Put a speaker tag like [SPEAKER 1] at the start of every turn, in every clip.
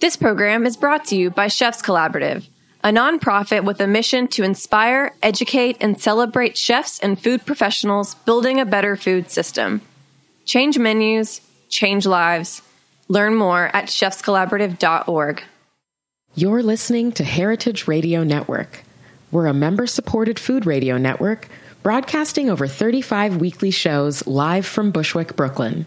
[SPEAKER 1] This program is brought to you by Chefs Collaborative, a nonprofit with a mission to inspire, educate, and celebrate chefs and food professionals building a better food system. Change menus, change lives. Learn more at chefscollaborative.org.
[SPEAKER 2] You're listening to Heritage Radio Network. We're a member supported food radio network broadcasting over 35 weekly shows live from Bushwick, Brooklyn.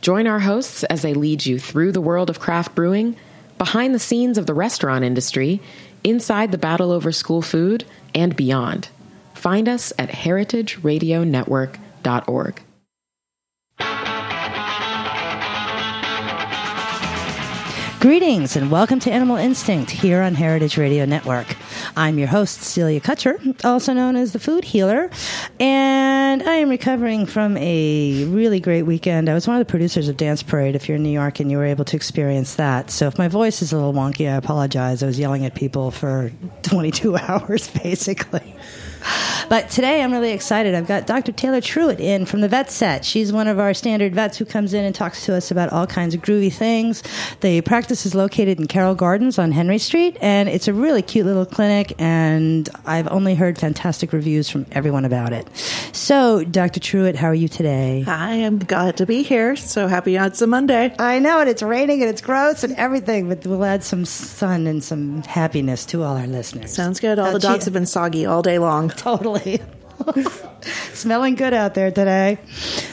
[SPEAKER 2] Join our hosts as they lead you through the world of craft brewing, behind the scenes of the restaurant industry, inside the battle over school food, and beyond. Find us at heritageradionetwork.org.
[SPEAKER 3] Greetings and welcome to Animal Instinct here on Heritage Radio Network. I'm your host, Celia Kutcher, also known as the Food Healer, and I am recovering from a really great weekend. I was one of the producers of Dance Parade, if you're in New York and you were able to experience that. So if my voice is a little wonky, I apologize. I was yelling at people for 22 hours, basically. But today I'm really excited. I've got Dr. Taylor Truitt in from the vet set. She's one of our standard vets who comes in and talks to us about all kinds of groovy things. The practice is located in Carroll Gardens on Henry Street, and it's a really cute little clinic, and I've only heard fantastic reviews from everyone about it. So, Dr. Truitt, how are you today?
[SPEAKER 4] I am glad to be here. So happy it's a Monday.
[SPEAKER 3] I know, and it's raining and it's gross and everything, but we'll add some sun and some happiness to all our listeners.
[SPEAKER 4] Sounds good. All
[SPEAKER 3] Uh,
[SPEAKER 4] the dogs
[SPEAKER 3] gee-
[SPEAKER 4] have been soggy all day long.
[SPEAKER 3] totally. Smelling good out there today.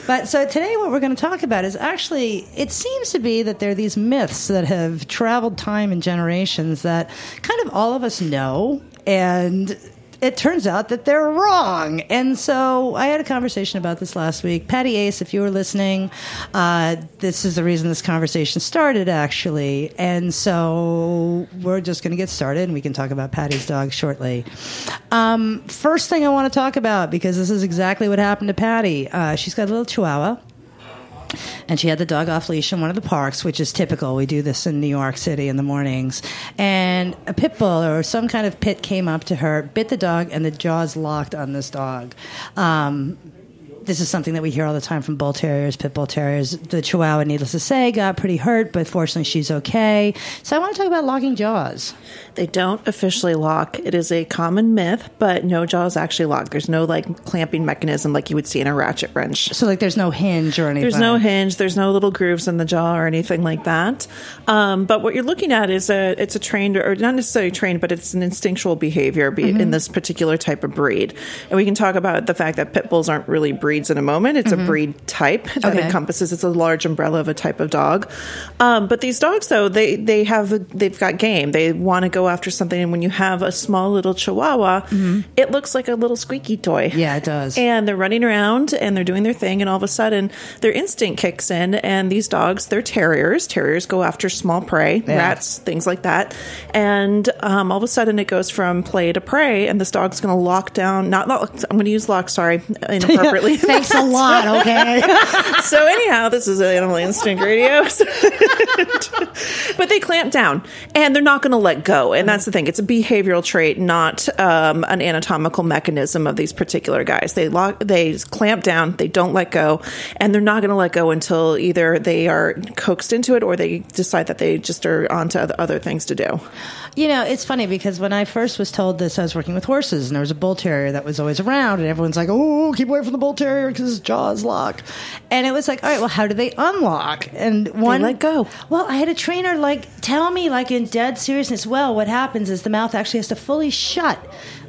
[SPEAKER 3] But so today what we're going to talk about is actually it seems to be that there are these myths that have traveled time and generations that kind of all of us know and it turns out that they're wrong. And so I had a conversation about this last week. Patty Ace, if you were listening, uh, this is the reason this conversation started, actually. And so we're just going to get started and we can talk about Patty's dog shortly. Um, first thing I want to talk about, because this is exactly what happened to Patty, uh, she's got a little chihuahua and she had the dog off leash in one of the parks, which is typical. We do this in New York City in the mornings. And a pit bull or some kind of pit came up to her, bit the dog, and the jaws locked on this dog. Um, this is something that we hear all the time from bull terriers, pit bull terriers. The Chihuahua, needless to say, got pretty hurt, but fortunately she's okay. So I want to talk about locking jaws.
[SPEAKER 4] They don't officially lock. It is a common myth, but no jaws actually lock. There's no like clamping mechanism like you would see in a ratchet wrench.
[SPEAKER 3] So like, there's no hinge or anything.
[SPEAKER 4] There's no hinge. There's no little grooves in the jaw or anything like that. Um, but what you're looking at is a it's a trained or not necessarily trained, but it's an instinctual behavior be,
[SPEAKER 3] Mm-hmm.
[SPEAKER 4] in this particular type of breed. And we can talk about the fact that pit bulls aren't really breeds in a moment. It's a breed type that
[SPEAKER 3] Mm-hmm. Okay.
[SPEAKER 4] encompasses. It's a large umbrella of a type of dog. Um, but these dogs, though, they they have they've got game. They want to go after something. And when you have a small little Chihuahua, it looks like a little squeaky toy.
[SPEAKER 3] Mm-hmm. Yeah, it does.
[SPEAKER 4] And they're running around and they're doing their thing, and all of a sudden their instinct kicks in. And these dogs, they're terriers. Terriers go after small prey, rats, things like that. And um, all of a sudden it goes from play to prey, and this dog's going to lock down. Not, not I'm going to use lock. Sorry, inappropriately.
[SPEAKER 3] Thanks a lot. Okay.
[SPEAKER 4] so anyhow, this is Animal Instinct Radio. but they clamp down and they're not going to let go. And that's the thing. It's a behavioral trait, not um, an anatomical mechanism of these particular guys. They lock, they clamp down, they don't let go, and they're not going to let go until either they are coaxed into it or they decide that they just are onto other- other things to do.
[SPEAKER 3] You know, it's funny because when I first was told this, I was working with horses, and there was a bull terrier that was always around, and everyone's like, "Oh, keep away from the bull terrier because his jaw is locked." And it was like, "All right, well, how do they unlock?" And one
[SPEAKER 4] let go.
[SPEAKER 3] Well, I had a trainer like tell me, like in dead seriousness, well, what happens is the mouth actually has to fully shut,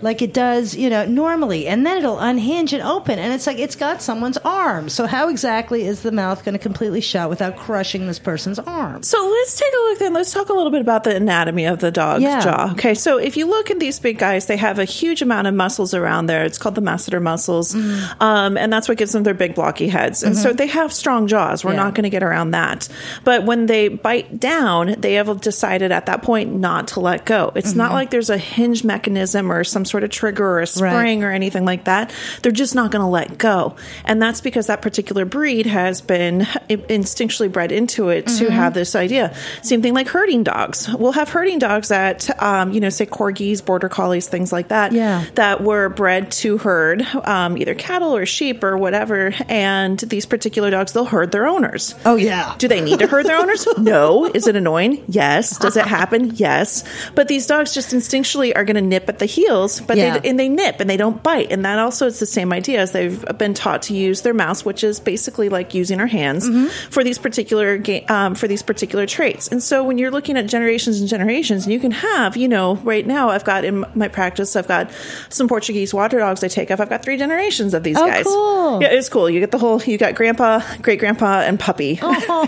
[SPEAKER 3] like it does, you know, normally, and then it'll unhinge and open, and it's like it's got someone's arm. So how exactly is the mouth going to completely shut without crushing this person's arm?
[SPEAKER 4] So let's take a look then. Let's talk a little bit about the anatomy of the dog's
[SPEAKER 3] Yeah.
[SPEAKER 4] jaw. Okay, so if you look at these big guys, they have a huge amount of muscles around there. It's called the masseter muscles,
[SPEAKER 3] Mm.
[SPEAKER 4] um, and that's what gives them their big blocky heads. And so they have strong jaws. We're
[SPEAKER 3] Mm-hmm. Yeah.
[SPEAKER 4] not going to get around that. But when they bite down, they have decided at that point not to let go. It's
[SPEAKER 3] Mm-hmm.
[SPEAKER 4] not like there's a hinge mechanism or some sort of trigger or a
[SPEAKER 3] Right.
[SPEAKER 4] spring or anything like that. They're just not going to let go. And that's because that particular breed has been instinctually bred into it
[SPEAKER 3] Mm-hmm.
[SPEAKER 4] to have this idea. Same thing like herding dogs. We'll have herding dogs that, um, you know, say corgis, border collies, things like that,
[SPEAKER 3] Yeah.
[SPEAKER 4] that were bred to herd um, either cattle or sheep sleep or whatever. And these particular dogs, they'll herd their owners.
[SPEAKER 3] Oh, yeah.
[SPEAKER 4] Do they need to herd their owners? No. Is it annoying? Yes. Does it happen? Yes. But these dogs just instinctually are going to nip at the heels, but
[SPEAKER 3] Yeah.
[SPEAKER 4] they, and they nip and they don't bite. And that also is the same idea as they've been taught to use their mouths, which is basically like using our hands for these particular ga- um, for these particular traits. And so when you're looking at generations and generations, you can have, you know, right now I've got in my practice, I've got some Portuguese water dogs I take off. I've got three generations of these
[SPEAKER 3] Oh,
[SPEAKER 4] guys.
[SPEAKER 3] cool.
[SPEAKER 4] Yeah, it's cool. You get the whole. You got grandpa, great grandpa, and puppy.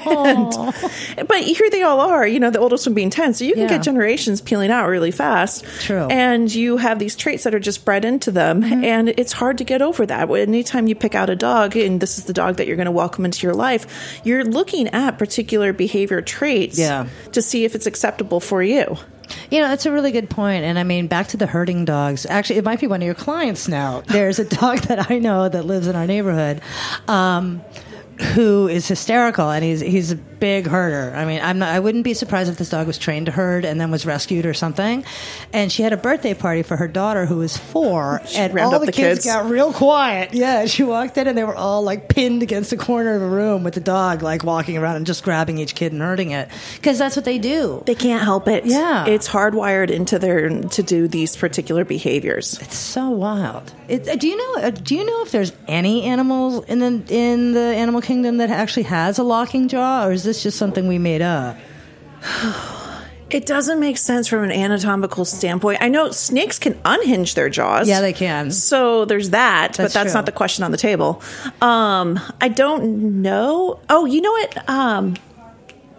[SPEAKER 3] Oh.
[SPEAKER 4] But here they all are, you know, the oldest one being 10. So you can
[SPEAKER 3] Yeah.
[SPEAKER 4] get generations peeling out really fast.
[SPEAKER 3] True. Mm-hmm.
[SPEAKER 4] And you have these traits that are just bred into them. And it's hard to get over that. Anytime you pick out a dog, and this is the dog that you're going to welcome into your life, you're looking at particular behavior traits
[SPEAKER 3] Yeah.
[SPEAKER 4] to see if it's acceptable for you.
[SPEAKER 3] You know, that's a really good point. And I mean, back to the herding dogs. Actually, it might be one of your clients now. There's a dog that I know that lives in our neighborhood. Um, who is hysterical and he's he's a big herder. I mean, I'm not, I wouldn't be surprised if this dog was trained to herd and then was rescued or something. And she had a birthday party for her daughter who was 4 and
[SPEAKER 4] rounded
[SPEAKER 3] all
[SPEAKER 4] up
[SPEAKER 3] the,
[SPEAKER 4] the
[SPEAKER 3] kids,
[SPEAKER 4] kids.
[SPEAKER 3] got real quiet. Yeah, she walked in and they were all like pinned against the corner of a room with the dog like walking around and just grabbing each kid and herding it because that's what they do.
[SPEAKER 4] They can't help it.
[SPEAKER 3] Yeah.
[SPEAKER 4] It's hardwired into their to do these particular behaviors.
[SPEAKER 3] It's so wild. It, uh, do you know? Uh, do you know if there's any animals in the in the animal kingdom that actually has a locking jaw, or is this just something we made up?
[SPEAKER 4] It doesn't make sense from an anatomical standpoint. I know snakes can unhinge their jaws.
[SPEAKER 3] Yeah, they can.
[SPEAKER 4] So there's that, but
[SPEAKER 3] That's
[SPEAKER 4] that's
[SPEAKER 3] true.
[SPEAKER 4] not the question on the table. Um, I don't know. Oh, you know what? Um,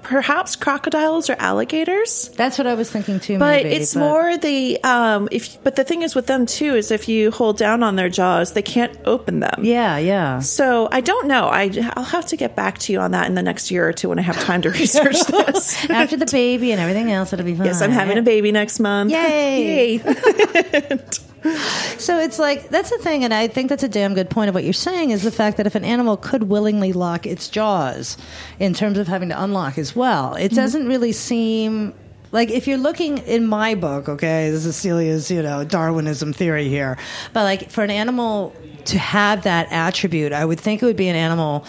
[SPEAKER 4] perhaps crocodiles or alligators.
[SPEAKER 3] That's what I was thinking too.
[SPEAKER 4] But
[SPEAKER 3] maybe,
[SPEAKER 4] it's more the um, if. But the thing is with them too is if you hold down on their jaws, they can't open them.
[SPEAKER 3] Yeah, yeah.
[SPEAKER 4] So I don't know. I I'll have to get back to you on that in the next year or two when I have time to research this.
[SPEAKER 3] After the baby and everything else, it'll be fine.
[SPEAKER 4] Yes, I'm having a baby next month.
[SPEAKER 3] Yay.
[SPEAKER 4] Yay.
[SPEAKER 3] So it's like that's the thing, and I think that's a damn good point of what you're saying is the fact that if an animal could willingly lock its jaws, in terms of having to unlock as well, it doesn't really seem like if you're looking in my book. Okay, this is Celia's, you know, Darwinism theory here, but like for an animal to have that attribute, I would think it would be an animal.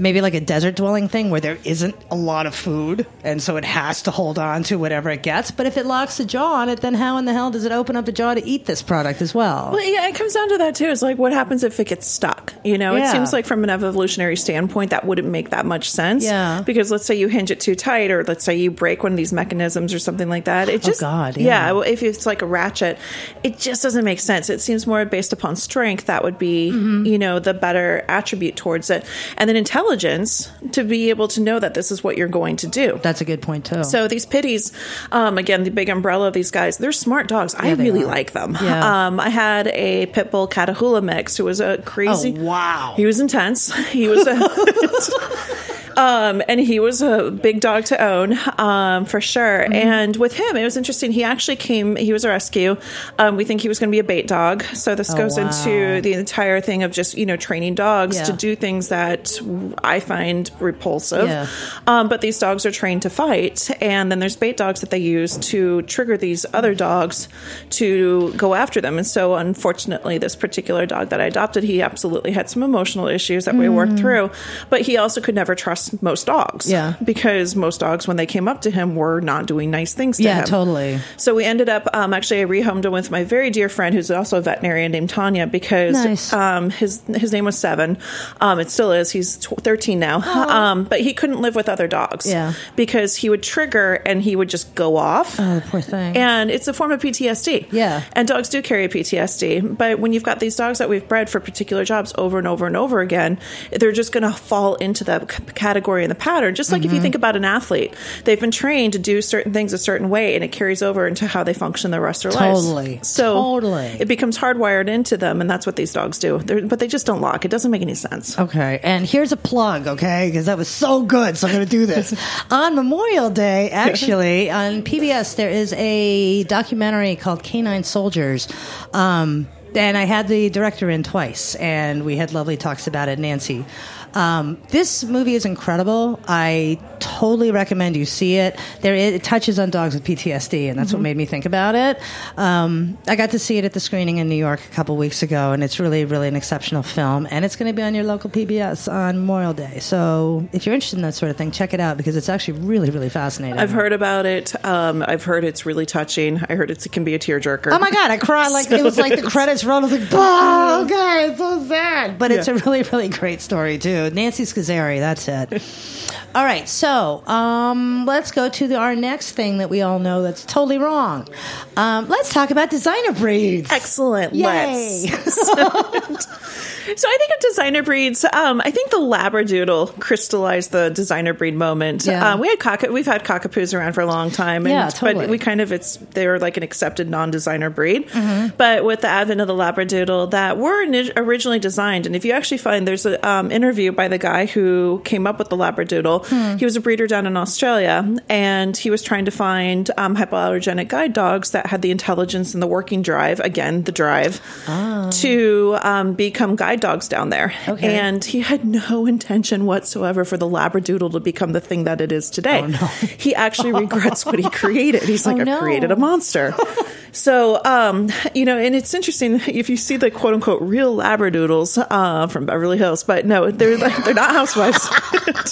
[SPEAKER 3] Maybe like a desert dwelling thing where there isn't a lot of food, and so it has to hold on to whatever it gets. But if it locks the jaw on it, then how in the hell does it open up a jaw to eat this product as well?
[SPEAKER 4] Well, yeah, it comes down to that too. It's like, what happens if it gets stuck? You know,
[SPEAKER 3] Yeah.
[SPEAKER 4] it seems like from an evolutionary standpoint, that wouldn't make that much sense.
[SPEAKER 3] Yeah.
[SPEAKER 4] Because let's say you hinge it too tight, or let's say you break one of these mechanisms or something like that. It just,
[SPEAKER 3] Oh, God,
[SPEAKER 4] yeah.
[SPEAKER 3] yeah.
[SPEAKER 4] well, if it's like a ratchet, it just doesn't make sense. It seems more based upon strength. That would be,
[SPEAKER 3] Mm-hmm.
[SPEAKER 4] you know, the better attribute towards it. And then intelligence to be able to know that this is what you're going to do.
[SPEAKER 3] That's a good point too.
[SPEAKER 4] So these pitties, um, again, the big umbrella of these guys, they're smart dogs. I
[SPEAKER 3] they
[SPEAKER 4] really
[SPEAKER 3] are.
[SPEAKER 4] like them.
[SPEAKER 3] Yeah.
[SPEAKER 4] Um, I had a pit bull Catahoula mix who was a crazy.
[SPEAKER 3] Oh, wow.
[SPEAKER 4] He was intense. He was a. Um, and he was a big dog to own, um, for sure.
[SPEAKER 3] Mm-hmm.
[SPEAKER 4] And with him, it was interesting. He actually came, he was a rescue. Um, we think he was going to be a bait dog. So this goes
[SPEAKER 3] Oh, wow.
[SPEAKER 4] into the entire thing of just, you know, training dogs
[SPEAKER 3] Yeah.
[SPEAKER 4] to do things that I find repulsive.
[SPEAKER 3] Yeah.
[SPEAKER 4] Um, but these dogs are trained to fight, and then there's bait dogs that they use to trigger these other dogs to go after them. And so, unfortunately, this particular dog that I adopted, he absolutely had some emotional issues that we worked through, but he also could never trust most dogs.
[SPEAKER 3] Mm. Yeah.
[SPEAKER 4] Because most dogs, when they came up to him, were not doing nice things to
[SPEAKER 3] Yeah,
[SPEAKER 4] him.
[SPEAKER 3] totally.
[SPEAKER 4] So we ended up um, actually I rehomed him with my very dear friend who's also a veterinarian named Tanya because
[SPEAKER 3] Nice.
[SPEAKER 4] um, his his name was Seven. Um, it still is. He's tw- thirteen now, um, but he couldn't live with other dogs.
[SPEAKER 3] Yeah.
[SPEAKER 4] because he would trigger and he would just go off.
[SPEAKER 3] oh, poor thing.
[SPEAKER 4] And it's a form of PTSD.
[SPEAKER 3] Yeah.
[SPEAKER 4] And dogs do carry a PTSD. But when you've got these dogs that we've bred for particular jobs over and over and over again, they're just going to fall into the c- category and the pattern. Just like if you
[SPEAKER 3] Mm-hmm.
[SPEAKER 4] think about an athlete, they've been trained to do certain things a certain way and it carries over into how they function the rest of their
[SPEAKER 3] Totally.
[SPEAKER 4] lives. So
[SPEAKER 3] Totally.
[SPEAKER 4] it becomes hardwired into them. And that's what these dogs do. They're, but they just don't lock. It doesn't make any sense.
[SPEAKER 3] Okay, and here's a plug, okay, because that was so good, so I'm going to do this. on Memorial Day, actually, on PBS, there is a documentary called Canine Soldiers. Um, and I had the director in twice, and we had lovely talks about it, Nancy. Um, this movie is incredible. I totally recommend you see it. There, it, it touches on dogs with PTSD, and that's
[SPEAKER 4] Mm-hmm.
[SPEAKER 3] what made me think about it. Um, I got to see it at the screening in New York a couple weeks ago, and it's really, really an exceptional film. And it's going to be on your local PBS on Memorial Day. So if you're interested in that sort of thing, check it out because it's actually really, really fascinating.
[SPEAKER 4] I've heard about it. Um, I've heard it's really touching. I heard it's, it can be a tearjerker.
[SPEAKER 3] Oh my god, I cried like it was like the credits rolled. I was like, oh god, it's so sad. But it's a really, really great story too. Nancy Scazzeri, that's it. all right, so um, let's go to the, our next thing that we all know that's totally wrong. Um, let's talk about designer breeds.
[SPEAKER 4] Excellent.
[SPEAKER 3] Yay.
[SPEAKER 4] Let's. so, I think of designer breeds. Um, I think the Labradoodle crystallized the designer breed moment.
[SPEAKER 3] Yeah.
[SPEAKER 4] Um, we had cock- we've had cockapoos around for a long time. And,
[SPEAKER 3] Yeah, totally.
[SPEAKER 4] But we kind of it's they were like an accepted non-designer breed. But with the advent of the Labradoodle, that were ini- originally designed, and if you actually find there's an um, interview by the guy who came up with the Labradoodle. He was a breeder down in Australia, and he was trying to find um, hypoallergenic guide dogs that had the intelligence and the working drive. Again, the drive to um, become guide dogs down there.
[SPEAKER 3] Okay.
[SPEAKER 4] And he had no intention whatsoever for the Labradoodle to become the thing that it is today. He actually regrets what he created. He's like,
[SPEAKER 3] Oh,
[SPEAKER 4] I've
[SPEAKER 3] no.
[SPEAKER 4] created a monster. so, um, you know, and it's interesting if you see the quote unquote real Labradoodles uh, from Beverly Hills, but no, they're they're not housewives.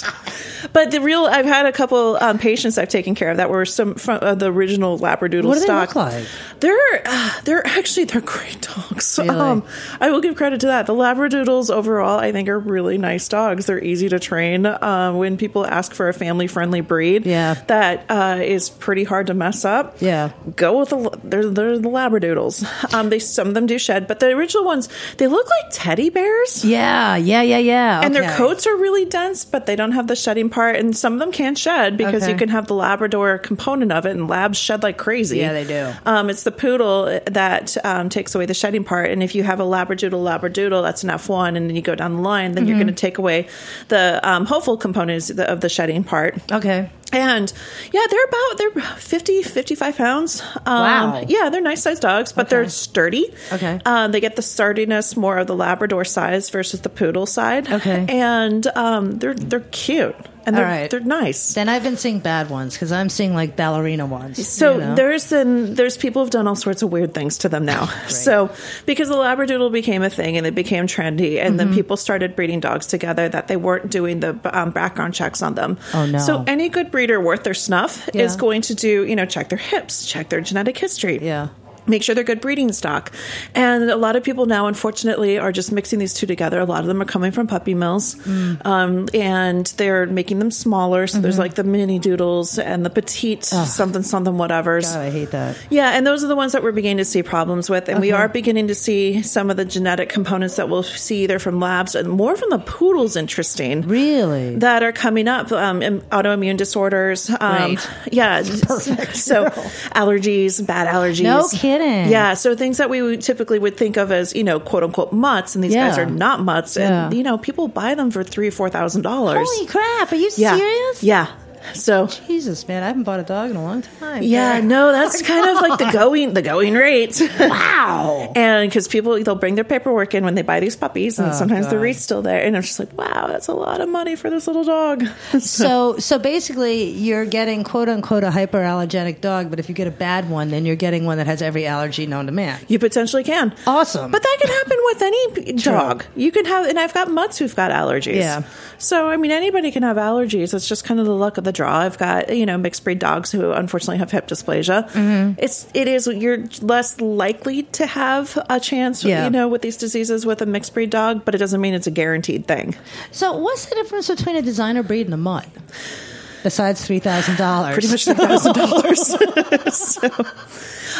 [SPEAKER 4] but the real, I've had a couple um, patients I've taken care of that were some from uh, the original Labradoodle
[SPEAKER 3] What do they
[SPEAKER 4] stock.
[SPEAKER 3] look like?
[SPEAKER 4] They're uh, they're actually they're great dogs.
[SPEAKER 3] Really?
[SPEAKER 4] Um, I will give credit to that. The Labradoodles overall, I think, are really nice dogs. They're easy to train. Uh, when people ask for a family friendly breed,
[SPEAKER 3] Yeah.
[SPEAKER 4] that uh, is pretty hard to mess up.
[SPEAKER 3] Yeah.
[SPEAKER 4] go with the they're they're the Labradoodles. Um, they some of them do shed, but the original ones they look like teddy bears.
[SPEAKER 3] Yeah, yeah, yeah, yeah.
[SPEAKER 4] And their
[SPEAKER 3] okay.
[SPEAKER 4] coats are really dense, but they don't have the shedding part. And some of them can shed because
[SPEAKER 3] Okay.
[SPEAKER 4] you can have the Labrador component of it, and labs shed like crazy.
[SPEAKER 3] Yeah, they do.
[SPEAKER 4] Um, it's the poodle that um, takes away the shedding part. And if you have a Labradoodle, Labradoodle, that's an F1, and then you go down the line, then you're
[SPEAKER 3] Mm-hmm.
[SPEAKER 4] going to take away the um, hopeful components of the- of the shedding part.
[SPEAKER 3] Okay.
[SPEAKER 4] And yeah, they're about they're 50, 55 pounds. Um,
[SPEAKER 3] Wow.
[SPEAKER 4] Yeah, they're nice sized dogs, but they're sturdy.
[SPEAKER 3] Okay.
[SPEAKER 4] Um, they get the sturdiness more of the Labrador size versus the poodle side.
[SPEAKER 3] Okay.
[SPEAKER 4] And um, they're they're cute and
[SPEAKER 3] All
[SPEAKER 4] they're
[SPEAKER 3] right.
[SPEAKER 4] they're nice.
[SPEAKER 3] Then I've been seeing bad ones because I'm seeing like ballerina ones.
[SPEAKER 4] So
[SPEAKER 3] you know?
[SPEAKER 4] there's an, there's people have done all sorts of weird things to them now. So because the labradoodle became a thing and it became trendy, and
[SPEAKER 3] Mm-hmm.
[SPEAKER 4] then people started breeding dogs together that they weren't doing the um, background checks on them.
[SPEAKER 3] Oh, no.
[SPEAKER 4] So any good breeder worth their snuff
[SPEAKER 3] Yeah.
[SPEAKER 4] is going to do you know check their hips, check their genetic history,
[SPEAKER 3] Yeah.
[SPEAKER 4] Make sure they're good breeding stock. And a lot of people now, unfortunately, are just mixing these two together. A lot of them are coming from puppy mills um, and they're making them smaller. So there's like the mini doodles and the petite something, something, whatevers.
[SPEAKER 3] Oh, I hate that.
[SPEAKER 4] Yeah, and those are the ones that we're beginning to see problems with. And we
[SPEAKER 3] Okay.
[SPEAKER 4] are beginning to see some of the genetic components that we'll see either from labs and more from the poodles, interesting.
[SPEAKER 3] Really?
[SPEAKER 4] That are coming up, um, im- autoimmune disorders. Um,
[SPEAKER 3] Right.
[SPEAKER 4] Yeah. Perfect. So, allergies, bad allergies.
[SPEAKER 3] No kidding.
[SPEAKER 4] Yeah. So, things that we would typically would think of as, you know, quote unquote mutts, and these guys
[SPEAKER 3] Yeah.
[SPEAKER 4] are not mutts. And,
[SPEAKER 3] Yeah.
[SPEAKER 4] you know, people buy them for three, $4,000.
[SPEAKER 3] Holy crap! Are you
[SPEAKER 4] yeah.
[SPEAKER 3] serious?
[SPEAKER 4] Yeah. So,
[SPEAKER 3] Jesus, man, I haven't bought a dog in a long time.
[SPEAKER 4] yeah, no,
[SPEAKER 3] Oh
[SPEAKER 4] that's kind of like the going the going rate.
[SPEAKER 3] Wow. Oh,
[SPEAKER 4] And because people, they'll bring their paperwork in when they buy these puppies, and sometimes the
[SPEAKER 3] God.
[SPEAKER 4] read's still there. And I'm just like, wow, that's a lot of money for this little dog.
[SPEAKER 3] So, so basically, you're getting quote unquote a hyperallergenic dog, but if you get a bad one, then you're getting one that has every allergy known to man.
[SPEAKER 4] you potentially can.
[SPEAKER 3] Awesome.
[SPEAKER 4] But that can happen with any p- dog. You can have, and I've got mutts who've got allergies.
[SPEAKER 3] Yeah.
[SPEAKER 4] So, I mean, anybody can have allergies. It's just kind of the luck of the draw. I've got, you know, mixed breed dogs who unfortunately have hip dysplasia.
[SPEAKER 3] Mm-hmm.
[SPEAKER 4] It's, it is, you're less likely to have a chance,
[SPEAKER 3] Yeah.
[SPEAKER 4] you know, with these diseases with a mixed breed dog, but it doesn't mean it's a guaranteed thing.
[SPEAKER 3] So, what's the difference between a designer breed and a mutt? Besides three thousand dollars,
[SPEAKER 4] pretty much three thousand dollars. So,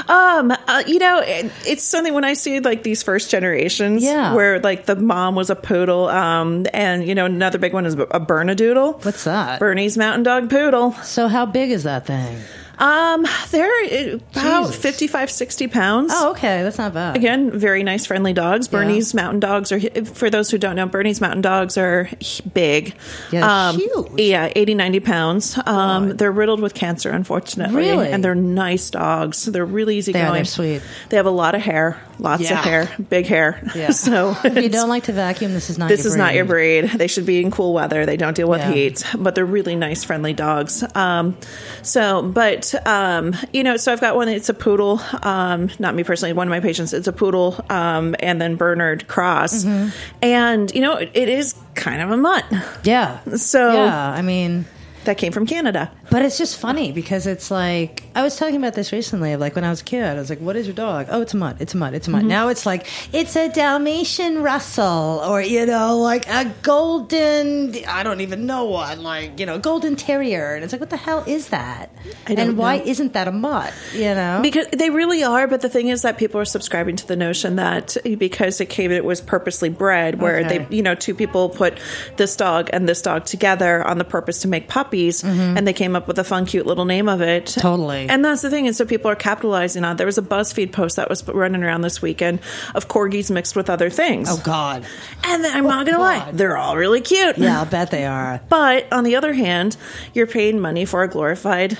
[SPEAKER 4] um, uh, you know, it, it's something when I see like these first generations,
[SPEAKER 3] Yeah.
[SPEAKER 4] where like the mom was a poodle, um, and you know another big one is a Bernadoodle.
[SPEAKER 3] What's that?
[SPEAKER 4] Bernie's Mountain Dog Poodle.
[SPEAKER 3] So, how big is that thing?
[SPEAKER 4] Um, they're uh, about
[SPEAKER 3] Jesus.
[SPEAKER 4] 55, 60 pounds.
[SPEAKER 3] Oh, okay, that's not bad.
[SPEAKER 4] Again, very nice, friendly dogs. Bernese Mountain Dogs are, for those who don't know, Bernese Mountain Dogs are h- big. Um,
[SPEAKER 3] Yeah, huge.
[SPEAKER 4] Yeah, 80, 90 pounds. Um, they're riddled with cancer, unfortunately.
[SPEAKER 3] Really?
[SPEAKER 4] And they're nice dogs. They're really easygoing.
[SPEAKER 3] they're sweet.
[SPEAKER 4] They have a lot of hair, lots
[SPEAKER 3] Yeah.
[SPEAKER 4] of hair, big hair.
[SPEAKER 3] Yeah.
[SPEAKER 4] so
[SPEAKER 3] If you don't like to vacuum, this is not.
[SPEAKER 4] this
[SPEAKER 3] your
[SPEAKER 4] is not your
[SPEAKER 3] breed.
[SPEAKER 4] breed. They should be in cool weather. They don't deal with
[SPEAKER 3] Yeah.
[SPEAKER 4] heat, but they're really nice, friendly dogs. Um, so, but um, you know, so I've got one. It's a poodle. Um, not me personally. One of my patients. It's a poodle, um, and then Bernard Cross,
[SPEAKER 3] Mm-hmm.
[SPEAKER 4] and you know, it, it is kind of a mutt.
[SPEAKER 3] Yeah.
[SPEAKER 4] So-
[SPEAKER 3] yeah, I mean,
[SPEAKER 4] That came from Canada.
[SPEAKER 3] but it's just funny because it's like I was talking about this recently. Of like when I was a kid, I was like, "What is your dog? Oh, it's a mutt. It's a mutt. It's
[SPEAKER 4] Mm-hmm.
[SPEAKER 3] a mutt." Now it's like it's a Dalmatian Russell, or you know, like a golden. I don't even know what, like you know, golden terrier, and it's like, what the hell is that?
[SPEAKER 4] I don't
[SPEAKER 3] and why
[SPEAKER 4] know.
[SPEAKER 3] isn't that a mutt? You know,
[SPEAKER 4] Because they really are, but the thing is that people are subscribing to the notion that because it came, it was purposely bred, where
[SPEAKER 3] Okay.
[SPEAKER 4] they, you know, two people put this dog and this dog together on the purpose to make puppies, and they came up with a fun, cute little name of it.
[SPEAKER 3] Mm-hmm. Totally.
[SPEAKER 4] And that's the thing, and so people are capitalizing on. it. There was a BuzzFeed post that was running around this weekend of corgis mixed with other things,
[SPEAKER 3] oh God,
[SPEAKER 4] and then, I'm not gonna lie,
[SPEAKER 3] God.
[SPEAKER 4] they're all really cute.
[SPEAKER 3] yeah, I'll bet they are.
[SPEAKER 4] But on the other hand, you're paying money for a glorified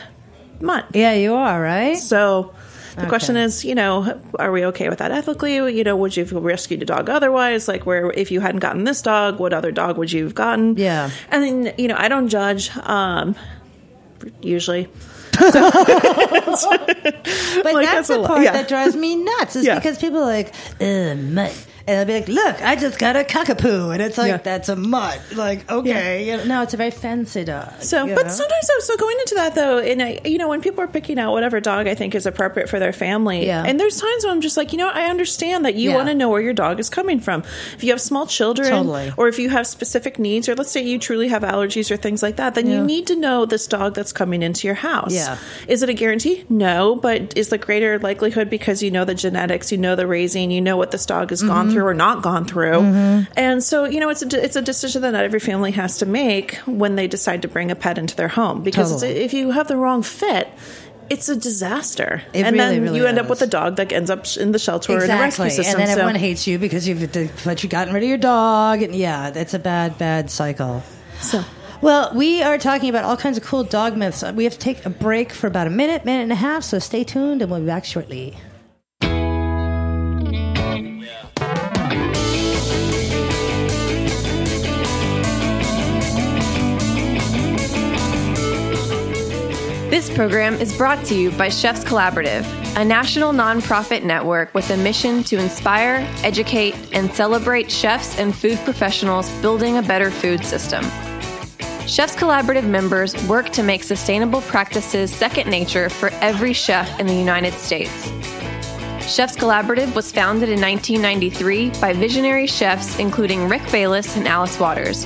[SPEAKER 4] mutt.
[SPEAKER 3] Yeah, you are right.
[SPEAKER 4] So the
[SPEAKER 3] Okay.
[SPEAKER 4] question is, you know, are we okay with that ethically? You know, would you have rescued a dog otherwise? Like, where if you hadn't gotten this dog, what other dog would you have gotten?
[SPEAKER 3] Yeah.
[SPEAKER 4] And then, you know, I don't judge. Um, usually,
[SPEAKER 3] But
[SPEAKER 4] Like,
[SPEAKER 3] that's,
[SPEAKER 4] that's a
[SPEAKER 3] the
[SPEAKER 4] lot.
[SPEAKER 3] part
[SPEAKER 4] Yeah.
[SPEAKER 3] that drives me nuts. Is
[SPEAKER 4] Yeah.
[SPEAKER 3] because people are like, "Uh, mutt," and I'll be like, "Look, I just got a cockapoo," and it's like,
[SPEAKER 4] Yeah.
[SPEAKER 3] "That's a mutt." Like, okay, you know, no, it's a very fancy dog.
[SPEAKER 4] So,
[SPEAKER 3] you
[SPEAKER 4] but
[SPEAKER 3] know?
[SPEAKER 4] sometimes I'm so going into that though, and I, you know, when people are picking out whatever dog I think is appropriate for their family,
[SPEAKER 3] Yeah.
[SPEAKER 4] and there's times when I'm just like, you know, I understand that you
[SPEAKER 3] Yeah.
[SPEAKER 4] want to know where your dog is coming from. If you have small children,
[SPEAKER 3] Totally.
[SPEAKER 4] or if you have specific needs, or let's say you truly have allergies or things like that, then
[SPEAKER 3] Yeah.
[SPEAKER 4] you need to know this dog that's coming into your house.
[SPEAKER 3] Yeah.
[SPEAKER 4] Is it a guarantee? No, but is the greater likelihood because you know the genetics, you know the raising, you know what this dog has
[SPEAKER 3] Mm-hmm.
[SPEAKER 4] gone through or not gone through, and so you know it's a de- it's a decision that every family has to make when they decide to bring a pet into their home because it's-
[SPEAKER 3] Totally.
[SPEAKER 4] if you have the wrong fit. It's a disaster,
[SPEAKER 3] It
[SPEAKER 4] and
[SPEAKER 3] really,
[SPEAKER 4] then
[SPEAKER 3] really
[SPEAKER 4] you end up
[SPEAKER 3] is.
[SPEAKER 4] with a dog that ends up sh- in the shelter or in the rescue
[SPEAKER 3] exactly, and
[SPEAKER 4] system.
[SPEAKER 3] then
[SPEAKER 4] so-
[SPEAKER 3] everyone hates you because you've but you gotten rid of your dog, and yeah, that's a bad, bad cycle.
[SPEAKER 4] so.
[SPEAKER 3] Well, we are talking about all kinds of cool dog myths. We have to take a break for about a minute, minute and a half, so stay tuned, and we'll be back shortly.
[SPEAKER 1] This program is brought to you by Chefs Collaborative, a national nonprofit network with a mission to inspire, educate, and celebrate chefs and food professionals building a better food system. Chefs Collaborative members work to make sustainable practices second nature for every chef in the United States. Chefs Collaborative was founded in 1993 by visionary chefs including Rick Bayless and Alice Waters,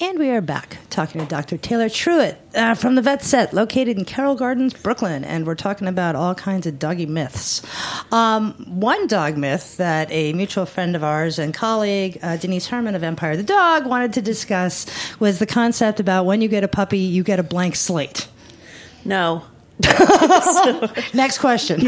[SPEAKER 3] And we are back talking to Dr. Taylor Truitt uh, from the Vet Set, located in Carroll Gardens, Brooklyn. And we're talking about all kinds of doggy myths. Um, one dog myth that a mutual friend of ours and colleague, uh, Denise Herman of Empire the Dog, wanted to discuss was the concept about when you get a puppy, you get a blank slate.
[SPEAKER 4] No.
[SPEAKER 3] Next question.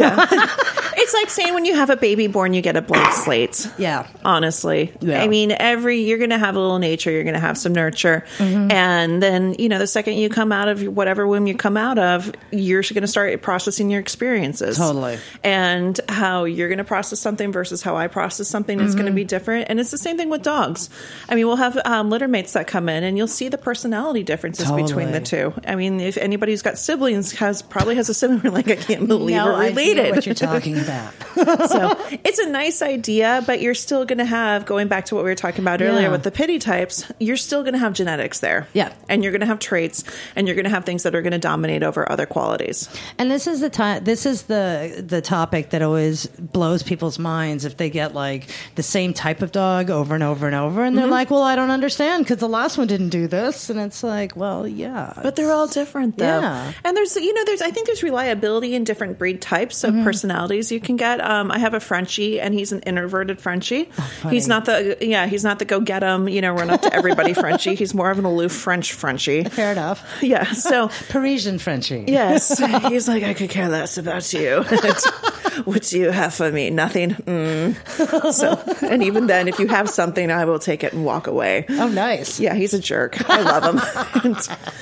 [SPEAKER 4] It's like saying when you have a baby born, you get a blank slate.
[SPEAKER 3] Yeah.
[SPEAKER 4] Honestly.
[SPEAKER 3] Yeah.
[SPEAKER 4] I mean, every, you're going to have a little nature, you're going to have some nurture.
[SPEAKER 3] Mm-hmm.
[SPEAKER 4] And then, you know, the second you come out of whatever womb you come out of, you're going to start processing your experiences.
[SPEAKER 3] Totally.
[SPEAKER 4] And how you're going to process something versus how I process something is
[SPEAKER 3] Mm-hmm.
[SPEAKER 4] going to be different. And it's the same thing with dogs. I mean, we'll have um, litter mates that come in and you'll see the personality differences between the two.
[SPEAKER 3] Totally.
[SPEAKER 4] I mean, if anybody's got siblings, has probably has a sibling, like, I can't believe
[SPEAKER 3] Now
[SPEAKER 4] we're
[SPEAKER 3] I see
[SPEAKER 4] related.
[SPEAKER 3] what you're talking about.
[SPEAKER 4] so it's a nice idea, but you're still going to have, going back to what we were talking about earlier
[SPEAKER 3] Yeah.
[SPEAKER 4] with the pity types, you're still going to have genetics there.
[SPEAKER 3] Yeah.
[SPEAKER 4] And you're going to have traits and you're going to have things that are going to dominate over other qualities.
[SPEAKER 3] And this is the time. This is the the topic that always blows people's minds if they get like the same type of dog over and over and over,
[SPEAKER 4] Mm-hmm.
[SPEAKER 3] and they're like, "Well, I don't understand because the last one didn't do this," and it's like, "Well, yeah,
[SPEAKER 4] But they're all different though.
[SPEAKER 3] Yeah.
[SPEAKER 4] And there's you know, there's I think there's reliability in different breed types of personalities you can get. Um I have a Frenchie and he's an introverted Frenchie. he's not the yeah, he's not the go get 'em, you know, run up to everybody Frenchie. He's more of an aloof French Frenchie.
[SPEAKER 3] fair enough."
[SPEAKER 4] Yeah. So
[SPEAKER 3] Parisian Frenchie.
[SPEAKER 4] Yes. He's like, I could care less about you. what do you have for me? Nothing. Mm. So, and even then, if you have something, I will take it and walk away.
[SPEAKER 3] Oh, nice.
[SPEAKER 4] Yeah, he's a jerk. I love him.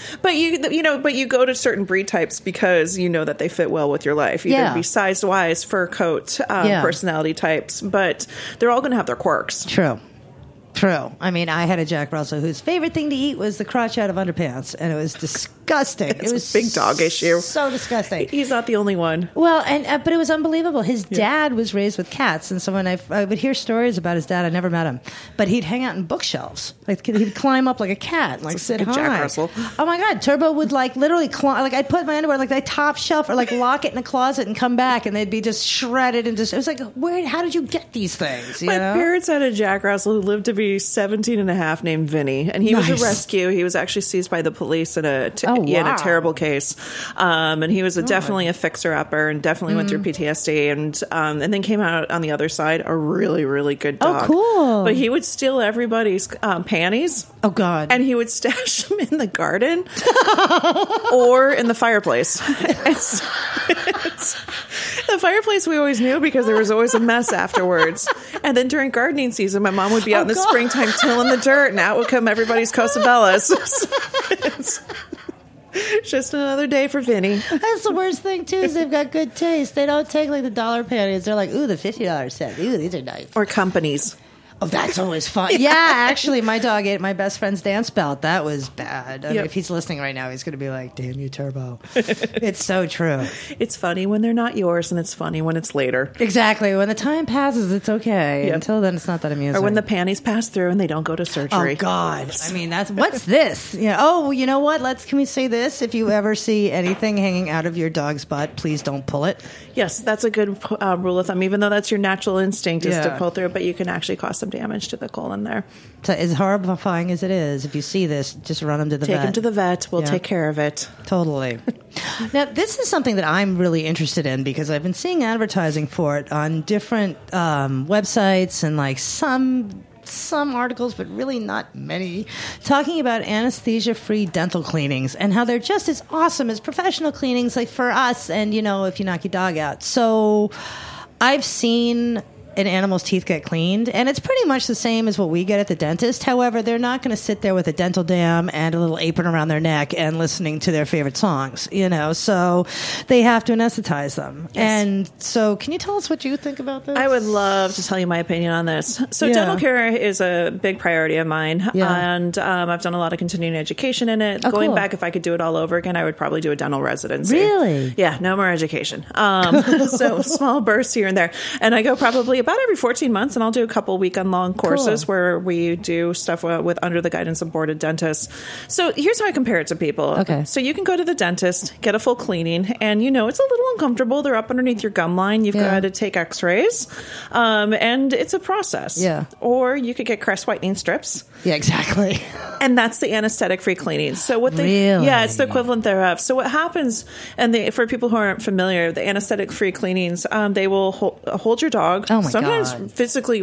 [SPEAKER 4] but you, you know, but you go to certain breed types because you know that they fit well with your life. Either
[SPEAKER 3] Yeah.
[SPEAKER 4] be size wise, fur coat, um,
[SPEAKER 3] Yeah.
[SPEAKER 4] personality types, but they're all going to have their quirks.
[SPEAKER 3] True. True. I mean, I had a Jack Russell whose favorite thing to eat was the crotch out of underpants, and it was disgusting. it
[SPEAKER 4] a
[SPEAKER 3] was
[SPEAKER 4] big dog issue.
[SPEAKER 3] So disgusting.
[SPEAKER 4] He's not the only one.
[SPEAKER 3] Well, and uh, but it was unbelievable. His dad was raised with cats, and so when I, I would hear stories about his dad, I never met him, but he'd hang out in bookshelves. Like he'd climb up like a cat, and, like sit
[SPEAKER 4] like a Jack
[SPEAKER 3] high.
[SPEAKER 4] Russell.
[SPEAKER 3] Oh my god, Turbo would like literally climb. Like I'd put my underwear like the top shelf or like lock it in a closet and come back, and they'd be just shredded and just. It was like, where? How did you get these things? You
[SPEAKER 4] My
[SPEAKER 3] know?
[SPEAKER 4] parents had a Jack Russell who lived to be 17 and a half named Vinny, and he was
[SPEAKER 3] Nice.
[SPEAKER 4] a rescue. He was actually seized by the police in a, t-
[SPEAKER 3] Oh,
[SPEAKER 4] yeah, in
[SPEAKER 3] wow. Oh,
[SPEAKER 4] a terrible case. Um, and he was a, definitely a fixer upper and definitely went
[SPEAKER 3] Mm.
[SPEAKER 4] through PTSD and, um, and then came out on the other side a really, really good dog.
[SPEAKER 3] Oh, cool.
[SPEAKER 4] But he would steal everybody's um, panties
[SPEAKER 3] oh god.
[SPEAKER 4] and he would stash them in the garden or in the fireplace. It's- it's- the fireplace we always knew because there was always a mess afterwards. And then during gardening season, my mom would be out in the
[SPEAKER 3] Oh, God.
[SPEAKER 4] springtime tilling the dirt, and out would come everybody's Cosabellas. It's- it's just another day for Vinny.
[SPEAKER 3] That's the worst thing too. Is they've got good taste. They don't take like the dollar panties. They're like, ooh, the fifty dollar set. Ooh, these are nice.
[SPEAKER 4] Or companies.
[SPEAKER 3] Oh, that's always fun. yeah. actually, my dog ate my best friend's dance belt. That was bad. I mean,
[SPEAKER 4] Yep.
[SPEAKER 3] if he's listening right now, he's going to be like, "Damn you, Turbo!" it's so true.
[SPEAKER 4] It's funny when they're not yours, and it's funny when it's later.
[SPEAKER 3] Exactly. When the time passes, it's okay.
[SPEAKER 4] Yep.
[SPEAKER 3] Until then, it's not that amusing.
[SPEAKER 4] Or when the panties pass through and they don't go to surgery.
[SPEAKER 3] Oh God! I mean, that's what's this? Yeah. Oh, well, you know what? Let's can we say this? If you ever see anything hanging out of your dog's butt, please don't pull it.
[SPEAKER 4] Yes, that's a good uh, rule of thumb. Even though that's your natural instinct is
[SPEAKER 3] Yeah.
[SPEAKER 4] to pull through, but you can actually cause some damage to the colon there.
[SPEAKER 3] So, as horrifying as it is, if you see this, just run him to the
[SPEAKER 4] Take
[SPEAKER 3] vet.
[SPEAKER 4] him to the vet. We'll
[SPEAKER 3] Yeah.
[SPEAKER 4] take care of it.
[SPEAKER 3] Totally. now, this is something that I'm really interested in because I've been seeing advertising for it on different um, websites and like some some articles, but really not many, talking about anesthesia-free dental cleanings and how they're just as awesome as professional cleanings, like for us. And you know, if you knock your dog out, so I've seen an animal's teeth get cleaned, and it's pretty much the same as what we get at the dentist. However, they're not going to sit there with a dental dam and a little apron around their neck and listening to their favorite songs, you know. So they have to anesthetize them. And so, can you tell us what you think about this?
[SPEAKER 4] I would love to tell you my opinion on this. So,
[SPEAKER 3] Yeah.
[SPEAKER 4] dental care is a big priority of mine,
[SPEAKER 3] Yeah.
[SPEAKER 4] and um, I've done a lot of continuing education in it.
[SPEAKER 3] Oh,
[SPEAKER 4] Going
[SPEAKER 3] cool.
[SPEAKER 4] back, if I could do it all over again, I would probably do a dental residency.
[SPEAKER 3] Really?
[SPEAKER 4] Yeah, no more education. Um, so, small bursts here and there. And I go probably about every 14 months, and I'll do a couple weekend long courses where we do stuff wi- with under the guidance of boarded dentists. So, here's how I compare it to people.
[SPEAKER 3] Okay.
[SPEAKER 4] So, you can go to the dentist, get a full cleaning, and you know, it's a little uncomfortable. They're up underneath your gum line. You've
[SPEAKER 3] Yeah.
[SPEAKER 4] got to take x-rays um, and it's a process
[SPEAKER 3] Yeah.
[SPEAKER 4] or you could get crest whitening strips
[SPEAKER 3] Yeah, exactly.
[SPEAKER 4] and that's the anesthetic free cleaning so what they
[SPEAKER 3] Really?
[SPEAKER 4] yeah it's the equivalent thereof so what happens and the, for people who aren't familiar the anesthetic free cleanings um, they will hold, hold your dog
[SPEAKER 3] Oh my
[SPEAKER 4] sometimes
[SPEAKER 3] God.
[SPEAKER 4] physically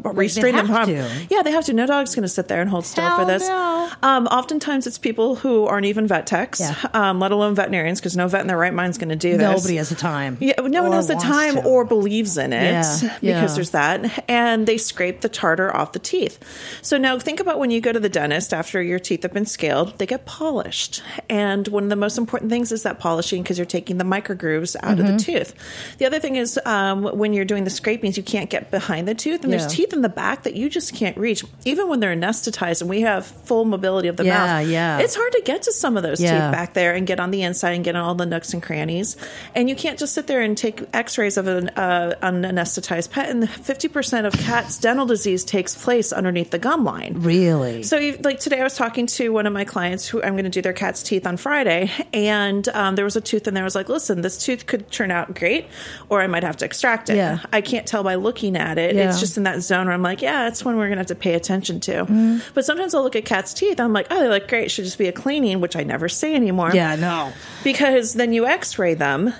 [SPEAKER 4] restrain
[SPEAKER 3] they
[SPEAKER 4] them
[SPEAKER 3] have
[SPEAKER 4] harm.
[SPEAKER 3] to.
[SPEAKER 4] yeah they have to no dog's going to sit there and hold still
[SPEAKER 3] Hell
[SPEAKER 4] for this
[SPEAKER 3] no.
[SPEAKER 4] um, oftentimes it's people who aren't even vet techs
[SPEAKER 3] Yeah.
[SPEAKER 4] um, let alone veterinarians because no vet in their right mind's going to do this
[SPEAKER 3] Nobody has the time.
[SPEAKER 4] yeah, no one
[SPEAKER 3] Or
[SPEAKER 4] has the
[SPEAKER 3] wants
[SPEAKER 4] time
[SPEAKER 3] to.
[SPEAKER 4] or believes in it
[SPEAKER 3] Yeah,
[SPEAKER 4] because
[SPEAKER 3] yeah.
[SPEAKER 4] there's that. And they scrape the tartar off the teeth. So now think about when you go to the dentist after your teeth have been scaled, they get polished. And one of the most important things is that polishing because you're taking the microgrooves
[SPEAKER 3] Mm-hmm.
[SPEAKER 4] out of the tooth. The other thing is um, when you're doing the scrapings, you can't get behind the tooth and
[SPEAKER 3] Yeah.
[SPEAKER 4] there's teeth teeth in the back that you just can't reach, even when they're anesthetized and we have full mobility of the
[SPEAKER 3] Yeah,
[SPEAKER 4] mouth.
[SPEAKER 3] yeah.
[SPEAKER 4] It's hard to get to some of those
[SPEAKER 3] Yeah.
[SPEAKER 4] teeth back there and get on the inside and get on all the nooks and crannies. And you can't just sit there and take x rays of an, uh, an anesthetized pet. And 50% of cats' dental disease takes place underneath the gum line.
[SPEAKER 3] Really?
[SPEAKER 4] So, you- like today, I was talking to one of my clients who I'm going to do their cat's teeth on Friday, and um, there was a tooth in there. I was like, "Listen, this tooth could turn out great, or I might have to extract it.
[SPEAKER 3] Yeah.
[SPEAKER 4] I can't tell by looking at it.
[SPEAKER 3] Yeah.
[SPEAKER 4] It's just in that zone where I'm like, yeah, it's one we're going to have to pay attention to.
[SPEAKER 3] Mm-hmm.
[SPEAKER 4] But sometimes I'll look at cat's teeth, I'm like, oh, they look great. Should just be a cleaning, which I never say anymore.
[SPEAKER 3] yeah, Oh, no.
[SPEAKER 4] Because then you x-ray them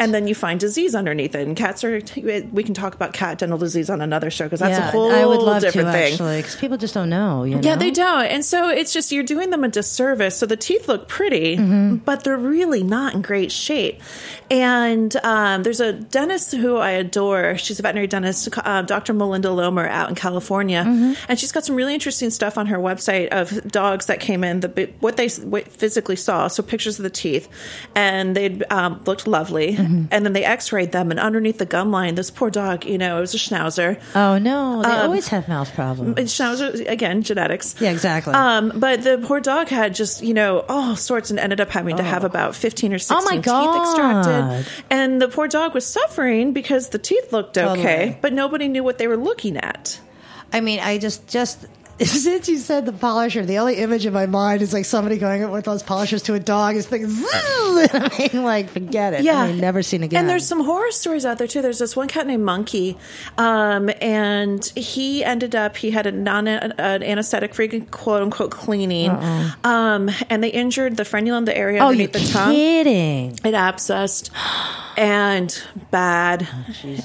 [SPEAKER 4] and then you find disease underneath it. And cats are we can talk about cat dental disease on another show because that's
[SPEAKER 3] yeah,
[SPEAKER 4] a whole
[SPEAKER 3] I would love
[SPEAKER 4] different
[SPEAKER 3] to
[SPEAKER 4] thing.
[SPEAKER 3] actually because people just don't know. You know?
[SPEAKER 4] Yeah, they don't. And so it's just you're doing them a disservice. So the teeth look pretty,
[SPEAKER 3] Mm-hmm.
[SPEAKER 4] but they're really not in great shape. And um, there's a dentist who I adore. She's a veterinary dentist, uh, Dr. Melinda Lomer out in California,
[SPEAKER 3] Mm-hmm.
[SPEAKER 4] and she's got some really interesting stuff on her website of dogs that came in the bi- what they s- what physically saw. So pictures of the teeth, and they um, looked lovely.
[SPEAKER 3] Mm-hmm.
[SPEAKER 4] And then they X-rayed them, and underneath the gum line, this poor dog, you know, it was a schnauzer.
[SPEAKER 3] Oh no,
[SPEAKER 4] Um,
[SPEAKER 3] they always have mouth problems.
[SPEAKER 4] And Schnauzer again, genetics.
[SPEAKER 3] Yeah, exactly.
[SPEAKER 4] Um, but the poor dog had just you know all sorts and ended up having to have about fifteen or sixteen
[SPEAKER 3] Oh. my
[SPEAKER 4] teeth
[SPEAKER 3] God.
[SPEAKER 4] extracted. And the poor dog was suffering because the teeth looked okay,
[SPEAKER 3] Totally.
[SPEAKER 4] but nobody knew what they were looking at.
[SPEAKER 3] I mean, I just just. Since you said the polisher, the only image in my mind is like somebody going with those polishers to a dog is like, I mean, like forget it. I mean, never seen again.
[SPEAKER 4] And there's some horror stories out there too. There's this one cat named Monkey, um, and he ended up he had a non an anesthetic free quote unquote cleaning, um, and they injured the frenulum, the area
[SPEAKER 3] Uh-uh. oh, you're
[SPEAKER 4] underneath the tongue.
[SPEAKER 3] kidding?
[SPEAKER 4] It abscessed and bad.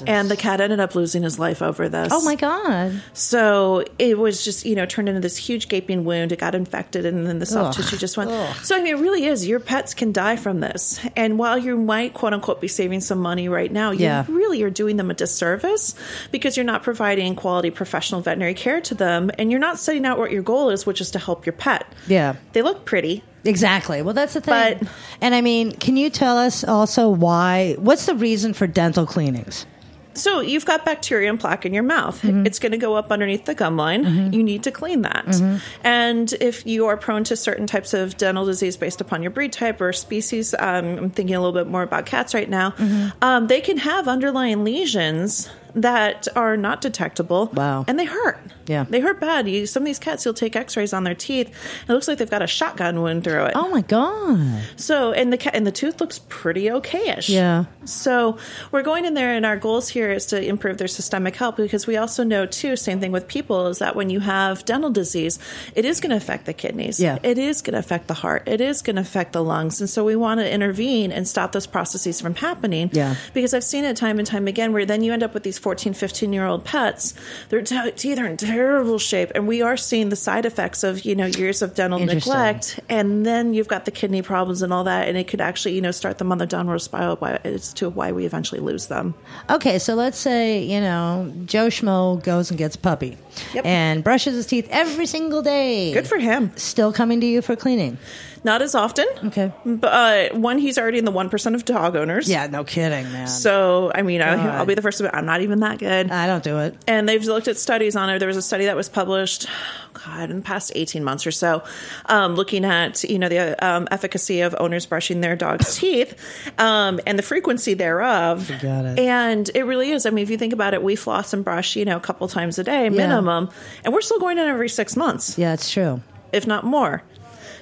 [SPEAKER 4] and the cat ended up losing his life over this.
[SPEAKER 3] Oh my god!
[SPEAKER 4] So it was just, you know, turned into this huge gaping wound. It got infected and then the soft
[SPEAKER 3] Ugh.
[SPEAKER 4] tissue just went. So, I mean, it really is. Your pets can die from this. And while you might, quote unquote, be saving some money right now, you
[SPEAKER 3] Yeah.
[SPEAKER 4] really are doing them a disservice because you're not providing quality professional veterinary care to them and you're not setting out what your goal is, which is to help your pet.
[SPEAKER 3] Yeah.
[SPEAKER 4] They look pretty.
[SPEAKER 3] Exactly. Well, that's the thing.
[SPEAKER 4] But-
[SPEAKER 3] and I mean, can you tell us also why? What's the reason for dental cleanings?
[SPEAKER 4] So you've got bacteria and plaque in your mouth.
[SPEAKER 3] Mm-hmm.
[SPEAKER 4] It's going to go up underneath the gum line. You need to clean that.
[SPEAKER 3] Mm-hmm.
[SPEAKER 4] And if you are prone to certain types of dental disease based upon your breed type or species, um, I'm thinking a little bit more about cats right now.
[SPEAKER 3] Mm-hmm.
[SPEAKER 4] Um, they can have underlying lesions that are not detectable.
[SPEAKER 3] Wow.
[SPEAKER 4] And they hurt.
[SPEAKER 3] Yeah.
[SPEAKER 4] they hurt bad. You, some of these cats, you'll take X-rays on their teeth. It looks like they've got a shotgun wound through it.
[SPEAKER 3] Oh my god!
[SPEAKER 4] So, and the ca- and the tooth looks pretty okayish.
[SPEAKER 3] Yeah.
[SPEAKER 4] So we're going in there, and our goals here is to improve their systemic health because we also know too. Same thing with people is that when you have dental disease, it is going to affect the kidneys.
[SPEAKER 3] Yeah.
[SPEAKER 4] It is going to affect the heart. It is going to affect the lungs, and so we want to intervene and stop those processes from happening.
[SPEAKER 3] Yeah.
[SPEAKER 4] Because I've seen it time and time again where then you end up with these 14, 15 year old pets. Their te- teeth are in terrible shape, and we are seeing the side effects of you know years of dental
[SPEAKER 3] Interesting.
[SPEAKER 4] neglect and then you've got the kidney problems and all that, and it could actually, you know, start them on the downward spiral. Why it's to why we eventually lose them.
[SPEAKER 3] Okay, so let's say you know Joe Schmo goes and gets a puppy,
[SPEAKER 4] Yep.
[SPEAKER 3] and brushes his teeth every single day.
[SPEAKER 4] Good for him.
[SPEAKER 3] Still coming to you for cleaning.
[SPEAKER 4] Not as often.
[SPEAKER 3] Okay.
[SPEAKER 4] but uh, one, he's already in the one percent of dog owners.
[SPEAKER 3] Yeah, no kidding, man.
[SPEAKER 4] So I mean, I,
[SPEAKER 3] God.
[SPEAKER 4] I'll be the first to admit I'm not even that good.
[SPEAKER 3] I don't do it.
[SPEAKER 4] and they've looked at studies on it. There was a study that was published, God, in the past eighteen months or so, um, looking at you know the um, efficacy of owners brushing their dog's teeth um, and the frequency thereof.
[SPEAKER 3] Got it.
[SPEAKER 4] And it really is. I mean, if you think about it, we floss and brush, you know, a couple times a day minimum, and we're still going in every six months,
[SPEAKER 3] Yeah, it's true.
[SPEAKER 4] if not more.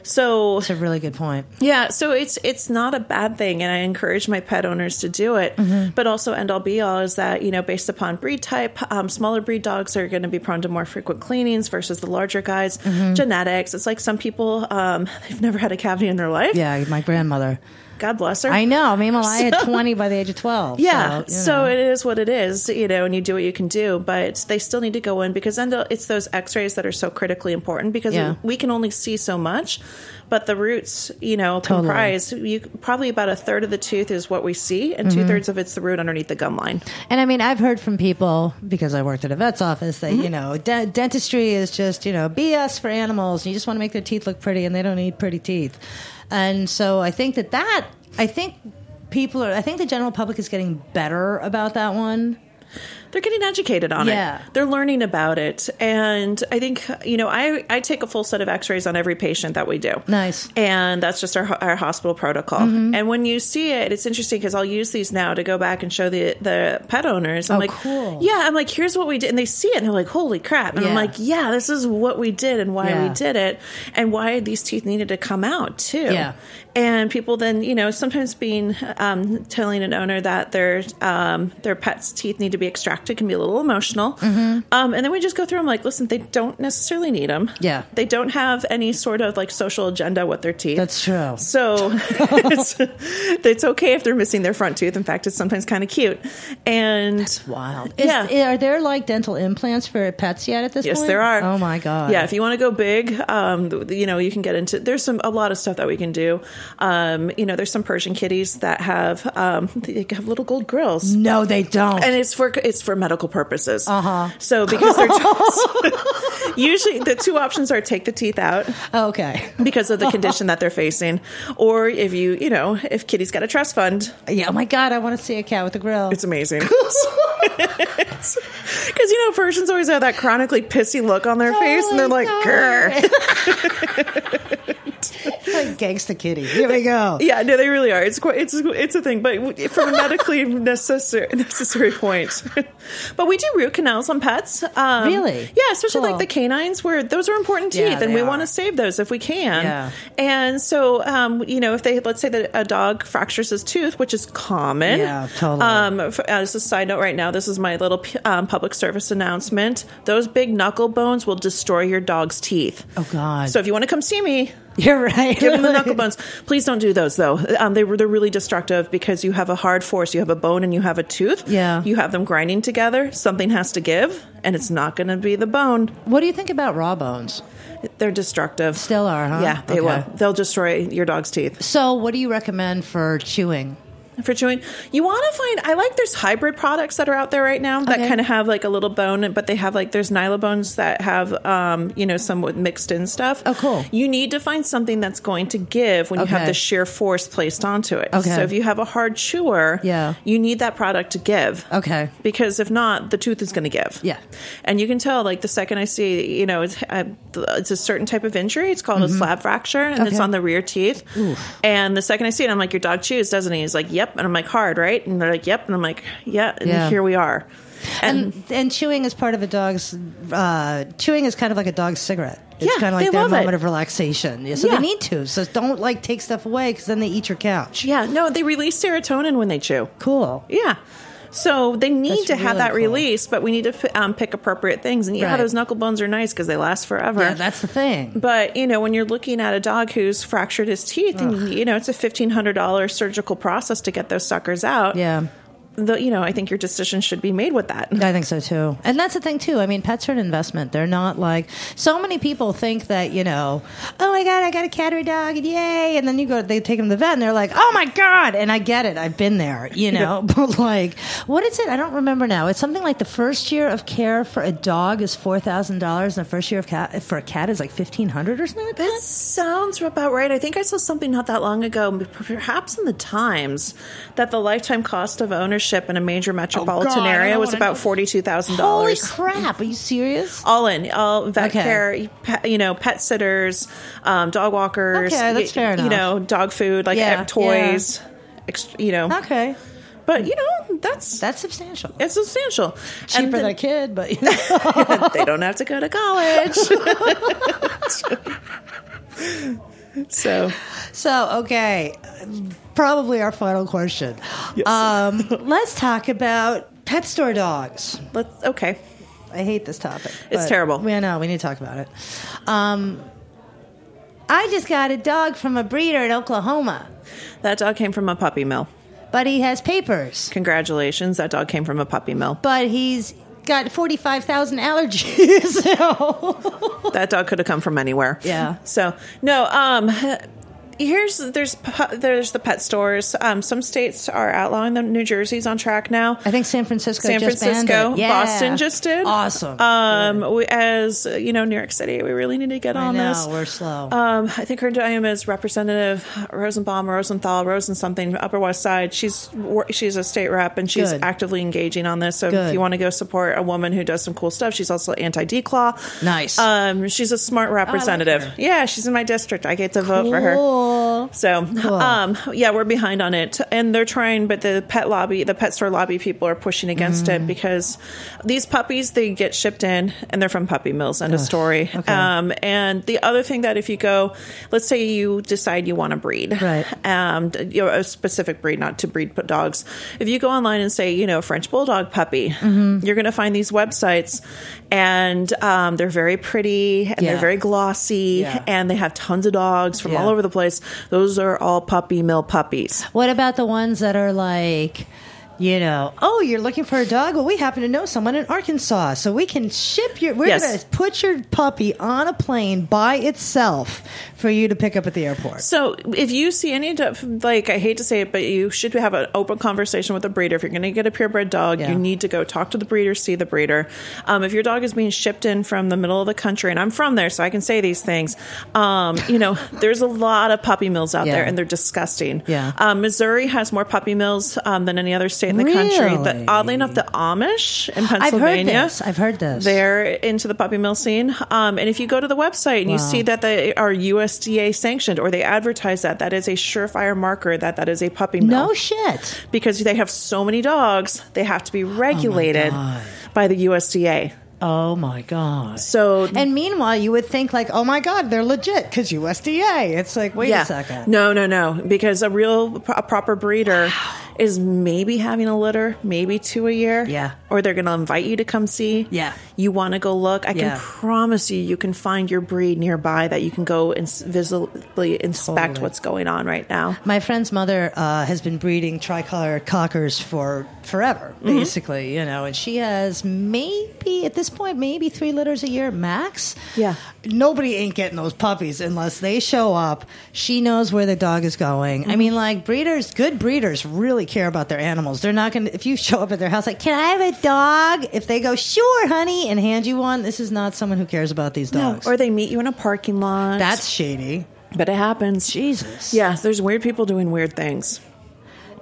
[SPEAKER 4] So
[SPEAKER 3] It's a really good point.
[SPEAKER 4] yeah, so it's it's not a bad thing, and I encourage my pet owners to do it.
[SPEAKER 3] Mm-hmm.
[SPEAKER 4] But also, end all be all is that you know, based upon breed type, um, smaller breed dogs are going to be prone to more frequent cleanings versus the larger guys.
[SPEAKER 3] Mm-hmm.
[SPEAKER 4] Genetics. It's like some people um, they've never had a cavity in their life.
[SPEAKER 3] Yeah, my grandmother.
[SPEAKER 4] God bless her.
[SPEAKER 3] I know. Meanwhile, I had
[SPEAKER 4] So-
[SPEAKER 3] 20 by the age of 12.
[SPEAKER 4] Yeah,
[SPEAKER 3] you
[SPEAKER 4] so
[SPEAKER 3] know.
[SPEAKER 4] it is what it is, you know, and you do what you can do, but they still need to go in because then it's those x rays that are so critically important because
[SPEAKER 3] Yeah.
[SPEAKER 4] we can only see so much, but the roots, you know,
[SPEAKER 3] Totally. Mm-hmm.
[SPEAKER 4] comprise you, probably about a third of the tooth is what we see, and two thirds of it's the root underneath the gum line.
[SPEAKER 3] And I mean, I've heard from people because I worked at a vet's office that you know de- dentistry is just you know BS for animals. You just want to make their teeth look pretty, and they don't need pretty teeth. And so I think that that I think people are. I think the general public is getting better about that one.
[SPEAKER 4] they're getting educated on
[SPEAKER 3] Yeah.
[SPEAKER 4] it. They're learning about it. And I think, you know, I, I take a full set of x rays on every patient that we do.
[SPEAKER 3] Nice. Mm-hmm.
[SPEAKER 4] And that's just our, our hospital protocol. And when you see it, it's interesting because I'll use these now to go back and show the, the pet owners. I'm
[SPEAKER 3] Oh,
[SPEAKER 4] like,
[SPEAKER 3] cool.
[SPEAKER 4] yeah, I'm like, here's what we did. And they see it and they're like, holy crap. And
[SPEAKER 3] Yeah.
[SPEAKER 4] I'm like, yeah, this is what we did and why
[SPEAKER 3] Yeah.
[SPEAKER 4] we did it and why these teeth needed to come out too.
[SPEAKER 3] Yeah.
[SPEAKER 4] And people then, you know, sometimes being um, telling an owner that their um, their pet's teeth need to be extracted can be a little emotional.
[SPEAKER 3] Mm-hmm.
[SPEAKER 4] Um, and then we just go through them like, listen, they don't necessarily need them.
[SPEAKER 3] Yeah.
[SPEAKER 4] They don't have any sort of like social agenda with their teeth.
[SPEAKER 3] That's true.
[SPEAKER 4] So it's, it's okay if they're missing their front tooth. In fact, it's sometimes kind of cute. And
[SPEAKER 3] Wild.
[SPEAKER 4] Yeah.
[SPEAKER 3] Are there like dental implants for pets yet at this
[SPEAKER 4] Yes,
[SPEAKER 3] point?
[SPEAKER 4] there are.
[SPEAKER 3] Oh my god.
[SPEAKER 4] Yeah, if you want to go big, um, th- you know, you can get into. There's some a lot of stuff that we can do. Um, you know, there's some Persian kitties that have um, they have little gold grills.
[SPEAKER 3] No, they don't.
[SPEAKER 4] And it's for it's for medical purposes. Uh huh. So because they're usually the two options are take the teeth out
[SPEAKER 3] Oh, okay.
[SPEAKER 4] because of the condition that they're facing, or if you you know if kitty's got a trust fund,
[SPEAKER 3] Yeah. Oh my god. I want to see a cat with a grill.
[SPEAKER 4] it's amazing. Because you know Persians always have that chronically pissy look on their face, and they're like, "Grr."
[SPEAKER 3] like gangsta kitty. Here we go.
[SPEAKER 4] Yeah, no, they really are. It's quite, it's it's a thing, but from a medically necessary necessary point. but we do root canals on pets. Um,
[SPEAKER 3] Really?
[SPEAKER 4] Yeah, especially
[SPEAKER 3] Cool.
[SPEAKER 4] like the canines, where those are important teeth,
[SPEAKER 3] Yeah,
[SPEAKER 4] and
[SPEAKER 3] they
[SPEAKER 4] we
[SPEAKER 3] are.
[SPEAKER 4] want to save those if we can.
[SPEAKER 3] Yeah.
[SPEAKER 4] And so, um, you know, if they let's say that a dog fractures his tooth, which is common.
[SPEAKER 3] Yeah, totally.
[SPEAKER 4] Um, f- as a side note, right now, this is my little p- um, public service announcement. Those big knuckle bones will destroy your dog's teeth.
[SPEAKER 3] Oh, God.
[SPEAKER 4] So if you want to come see me,
[SPEAKER 3] You're right.
[SPEAKER 4] Give them the knuckle bones. Please don't do those though. Um, they were they're really destructive because you have a hard force. You have a bone and you have a tooth.
[SPEAKER 3] Yeah.
[SPEAKER 4] You have them grinding together. Something has to give, and it's not going to be the bone.
[SPEAKER 3] What do you think about raw bones?
[SPEAKER 4] They're destructive.
[SPEAKER 3] Still are, huh?
[SPEAKER 4] Yeah, they
[SPEAKER 3] Okay.
[SPEAKER 4] will. They'll destroy your dog's teeth.
[SPEAKER 3] So, what do you recommend for chewing?
[SPEAKER 4] For chewing, you want to find. I like there's hybrid products that are out there right now that
[SPEAKER 3] Okay.
[SPEAKER 4] kind of have like a little bone, but they have like there's nylobones that have um you know some with mixed in stuff.
[SPEAKER 3] Oh, cool.
[SPEAKER 4] You need to find something that's going to give when you
[SPEAKER 3] Okay.
[SPEAKER 4] have the sheer force placed onto it.
[SPEAKER 3] Okay.
[SPEAKER 4] So if you have a hard chewer,
[SPEAKER 3] Yeah.
[SPEAKER 4] you need that product to give.
[SPEAKER 3] Okay.
[SPEAKER 4] Because if not, the tooth is going to give.
[SPEAKER 3] Yeah.
[SPEAKER 4] And you can tell, like, the second I see, you know, it's, I, it's a certain type of injury. It's
[SPEAKER 3] Mm-hmm.
[SPEAKER 4] called a slab fracture, and it's
[SPEAKER 3] Okay.
[SPEAKER 4] on the rear teeth. And the second I see it, I'm like, your dog chews, doesn't he? He's like, yep. And I'm like, hard, right? And they're like, yep. And I'm like, yeah. And
[SPEAKER 3] Yeah.
[SPEAKER 4] here we are. And,
[SPEAKER 3] And, and chewing is part of a dog's. Uh, chewing is kind of like a dog's cigarette. It's
[SPEAKER 4] Yeah,
[SPEAKER 3] kind of like
[SPEAKER 4] they
[SPEAKER 3] their
[SPEAKER 4] love it.
[SPEAKER 3] moment of relaxation. Yeah, so
[SPEAKER 4] Yeah.
[SPEAKER 3] they need to. So don't like take stuff away because then they eat your couch.
[SPEAKER 4] yeah, no, they release serotonin when they chew.
[SPEAKER 3] Cool.
[SPEAKER 4] Yeah. So they
[SPEAKER 3] That's
[SPEAKER 4] need to have
[SPEAKER 3] really
[SPEAKER 4] that
[SPEAKER 3] cool.
[SPEAKER 4] release, but we need to p- um, pick appropriate things. And yeah,
[SPEAKER 3] Right.
[SPEAKER 4] those knuckle bones are nice because they last forever.
[SPEAKER 3] Yeah, that's the thing.
[SPEAKER 4] But you know, when you're looking at a dog who's fractured his teeth, and you know it's a fifteen hundred dollar surgical process to get those suckers out.
[SPEAKER 3] Yeah.
[SPEAKER 4] the, you know, I think your decision should be made with that.
[SPEAKER 3] I think so too. And that's the thing too. I mean, pets are an investment. They're not like so many people think that, you know, oh my god, I got a cat or a dog and yay. And then you go they take them to the vet and they're like, "Oh my god." And I get it. I've been there, you know. but like, what is it? I don't remember now. It's something like the first year of care for a dog is $4,000 and the first year of cat for a cat is like 1500 or something like that.
[SPEAKER 4] That sounds about right. I think I saw something not that long ago, perhaps in the Times, that the lifetime cost of ownership in a major metropolitan
[SPEAKER 3] Oh, God, I
[SPEAKER 4] area
[SPEAKER 3] don't
[SPEAKER 4] was
[SPEAKER 3] wanna
[SPEAKER 4] about
[SPEAKER 3] know.
[SPEAKER 4] forty two thousand
[SPEAKER 3] Holy
[SPEAKER 4] dollars.
[SPEAKER 3] crap. Are you serious?
[SPEAKER 4] all in all vet
[SPEAKER 3] Okay.
[SPEAKER 4] care pet, you know pet sitters um, dog walkers
[SPEAKER 3] Okay, that's
[SPEAKER 4] y-
[SPEAKER 3] fair
[SPEAKER 4] you
[SPEAKER 3] enough.
[SPEAKER 4] know dog food like
[SPEAKER 3] Yeah,
[SPEAKER 4] eh, toys ex- you know
[SPEAKER 3] Okay.
[SPEAKER 4] but you know that's
[SPEAKER 3] That's substantial.
[SPEAKER 4] it's substantial
[SPEAKER 3] Cheaper
[SPEAKER 4] And
[SPEAKER 3] than a
[SPEAKER 4] then-
[SPEAKER 3] kid, but you know.
[SPEAKER 4] they don't have to go to college so
[SPEAKER 3] So, okay, probably our final question. Um, let's talk about pet store dogs.
[SPEAKER 4] let's okay
[SPEAKER 3] I hate this topic.
[SPEAKER 4] It's
[SPEAKER 3] but
[SPEAKER 4] terrible.
[SPEAKER 3] We know we need to talk about it. Um, I just got a dog from a breeder in Oklahoma,
[SPEAKER 4] that dog came from a puppy mill
[SPEAKER 3] but he has papers.
[SPEAKER 4] congratulations that dog came from a puppy mill
[SPEAKER 3] But he's got forty-five thousand allergies. So-
[SPEAKER 4] that dog could have come from anywhere.
[SPEAKER 3] Yeah.
[SPEAKER 4] So no, um, here's there's pu- there's the pet stores. Um, some states are outlawing them. New Jersey's on track now.
[SPEAKER 3] I think San Francisco.
[SPEAKER 4] San
[SPEAKER 3] just banned
[SPEAKER 4] Francisco,
[SPEAKER 3] it. Yeah.
[SPEAKER 4] Boston just did.
[SPEAKER 3] Awesome.
[SPEAKER 4] Um, we, as uh, you know, New York City, we really need to get
[SPEAKER 3] I
[SPEAKER 4] on
[SPEAKER 3] know
[SPEAKER 4] this.
[SPEAKER 3] we're slow.
[SPEAKER 4] Um, I think her name is Representative Rosenbaum, Rosenthal, Rosen something, Upper West Side. She's wor- she's a state rep and she's
[SPEAKER 3] Good.
[SPEAKER 4] actively engaging on this. So
[SPEAKER 3] Good.
[SPEAKER 4] if you want to go support a woman who does some cool stuff, she's also anti declaw.
[SPEAKER 3] Nice.
[SPEAKER 4] Um, she's a smart representative.
[SPEAKER 3] her.
[SPEAKER 4] yeah, she's in my district. I get to vote for her.
[SPEAKER 3] Cool.
[SPEAKER 4] So, um, yeah, we're behind on it, and they're trying, but the pet lobby, the pet store lobby people are pushing against
[SPEAKER 3] Mm.
[SPEAKER 4] it because these puppies they get shipped in, and they're from puppy mills. End of story.
[SPEAKER 3] Okay.
[SPEAKER 4] Um, and the other thing that if you go, let's say you decide you want to breed,
[SPEAKER 3] Right.
[SPEAKER 4] Um, d- you know, a specific breed, not to breed p- dogs. If you go online and say, you know, French bulldog puppy,
[SPEAKER 3] Mm-hmm.
[SPEAKER 4] you're going to find these websites, and um, they're very pretty and
[SPEAKER 3] Yeah.
[SPEAKER 4] they're very glossy,
[SPEAKER 3] Yeah.
[SPEAKER 4] and they have tons of dogs from
[SPEAKER 3] Yeah.
[SPEAKER 4] all over the place. Those are all puppy mill puppies.
[SPEAKER 3] What about the ones that are like, you know, oh, you're looking for a dog? Well, we happen to know someone in Arkansas, so we can ship your. We're
[SPEAKER 4] Yes.
[SPEAKER 3] going to put your puppy on a plane by itself for you to pick up at the airport.
[SPEAKER 4] So if you see any, do- like I hate to say it, but you should have an open conversation with a breeder. If you're going to get a purebred dog,
[SPEAKER 3] Yeah.
[SPEAKER 4] you need to go talk to the breeder, see the breeder. Um, if your dog is being shipped in from the middle of the country, and I'm from there, so I can say these things. Um, you know, there's a lot of puppy mills out
[SPEAKER 3] Yeah.
[SPEAKER 4] there, and they're disgusting.
[SPEAKER 3] Yeah.
[SPEAKER 4] Um, Missouri has more puppy mills um, than any other state in the country.
[SPEAKER 3] Really?
[SPEAKER 4] But oddly enough, the Amish in
[SPEAKER 3] I've
[SPEAKER 4] Pennsylvania.
[SPEAKER 3] heard this. I've heard this.
[SPEAKER 4] They're into the puppy mill scene. Um, and if you go to the website and you see that they are USDA sanctioned or they advertise that, that is a surefire marker that that is a puppy mill.
[SPEAKER 3] no shit.
[SPEAKER 4] because they have so many dogs, they have to be regulated
[SPEAKER 3] Oh God.
[SPEAKER 4] by the USDA.
[SPEAKER 3] Oh my god.
[SPEAKER 4] So
[SPEAKER 3] And meanwhile, you would think like, oh my god, they're legit because USDA. It's like, wait a second.
[SPEAKER 4] No, no, no. Because a real, a proper breeder is maybe having a litter, maybe two a year.
[SPEAKER 3] Yeah.
[SPEAKER 4] Or they're going to invite you to come see.
[SPEAKER 3] Yeah.
[SPEAKER 4] You want to go look. I
[SPEAKER 3] Yeah.
[SPEAKER 4] can promise you, you can find your breed nearby that you can go and s- visibly inspect
[SPEAKER 3] Totally.
[SPEAKER 4] what's going on right now.
[SPEAKER 3] My friend's mother uh, has been breeding tricolor cockers for forever,
[SPEAKER 4] Mm-hmm.
[SPEAKER 3] basically, you know, and she has maybe, at this point, maybe three litters a year max.
[SPEAKER 4] Yeah.
[SPEAKER 3] Nobody ain't getting those puppies unless they show up. She knows where the dog is going.
[SPEAKER 4] Mm-hmm.
[SPEAKER 3] I mean, like, breeders, good breeders really care about their animals. They're not going to, if you show up at their house, like, can I have a dog? If they go, sure, honey, and hand you one, this is not someone who cares about these dogs.
[SPEAKER 4] Or they meet you in a parking lot.
[SPEAKER 3] That's shady.
[SPEAKER 4] but it happens.
[SPEAKER 3] Jesus.
[SPEAKER 4] Yeah, there's weird people doing weird things.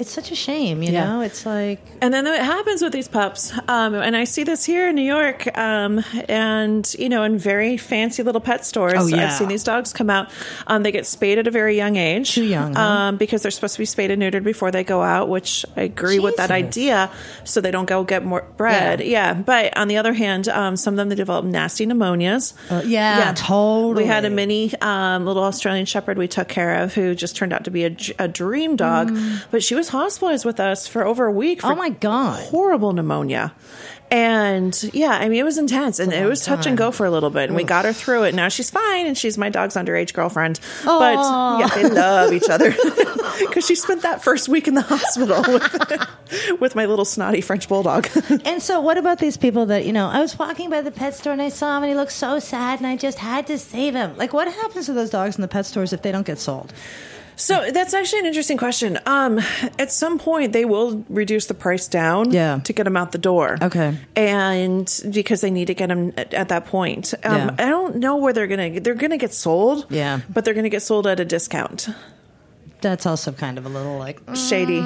[SPEAKER 3] It's such a shame, you
[SPEAKER 4] Yeah.
[SPEAKER 3] know? It's like,
[SPEAKER 4] And then it happens with these pups. Um, and I see this here in New York um, and, you know, in very fancy little pet stores.
[SPEAKER 3] Oh, yeah.
[SPEAKER 4] I've seen these dogs come out. Um, they get spayed at a very young age.
[SPEAKER 3] Too young, huh?
[SPEAKER 4] Um, because they're supposed to be spayed and neutered before they go out, which I agree with that
[SPEAKER 3] Jesus.
[SPEAKER 4] idea. So they don't go get more bread. Yeah. But on the other hand, um, some of them, they develop nasty pneumonias.
[SPEAKER 3] Uh, yeah, totally.
[SPEAKER 4] We had a mini um, little Australian Shepherd we took care of who just turned out to be a, j- a dream dog. But she was hospitalized with us for over a week for
[SPEAKER 3] Mm. oh my God.
[SPEAKER 4] horrible pneumonia. And yeah, I mean, it was intense and it was touch and go for a little bit. And we got her through it. Now she's fine and she's my dog's underage girlfriend.
[SPEAKER 3] Aw.
[SPEAKER 4] But yeah, they love each other because she spent that first week in the hospital with, with my little snotty French bulldog.
[SPEAKER 3] And so, what about these people that you know? I was walking by the pet store and I saw him, and he looked so sad, and I just had to save him. Like, what happens to those dogs in the pet stores if they don't get sold?
[SPEAKER 4] So that's actually an interesting question. Um, at some point, they will reduce the price down
[SPEAKER 3] Yeah.
[SPEAKER 4] to get them out the door.
[SPEAKER 3] Okay.
[SPEAKER 4] And because they need to get them at, at that point. Um,
[SPEAKER 3] Yeah.
[SPEAKER 4] I don't know where they're going to, they're going to get sold.
[SPEAKER 3] Yeah.
[SPEAKER 4] But they're going to get sold at a discount.
[SPEAKER 3] That's also kind of a little like mm.
[SPEAKER 4] Shady.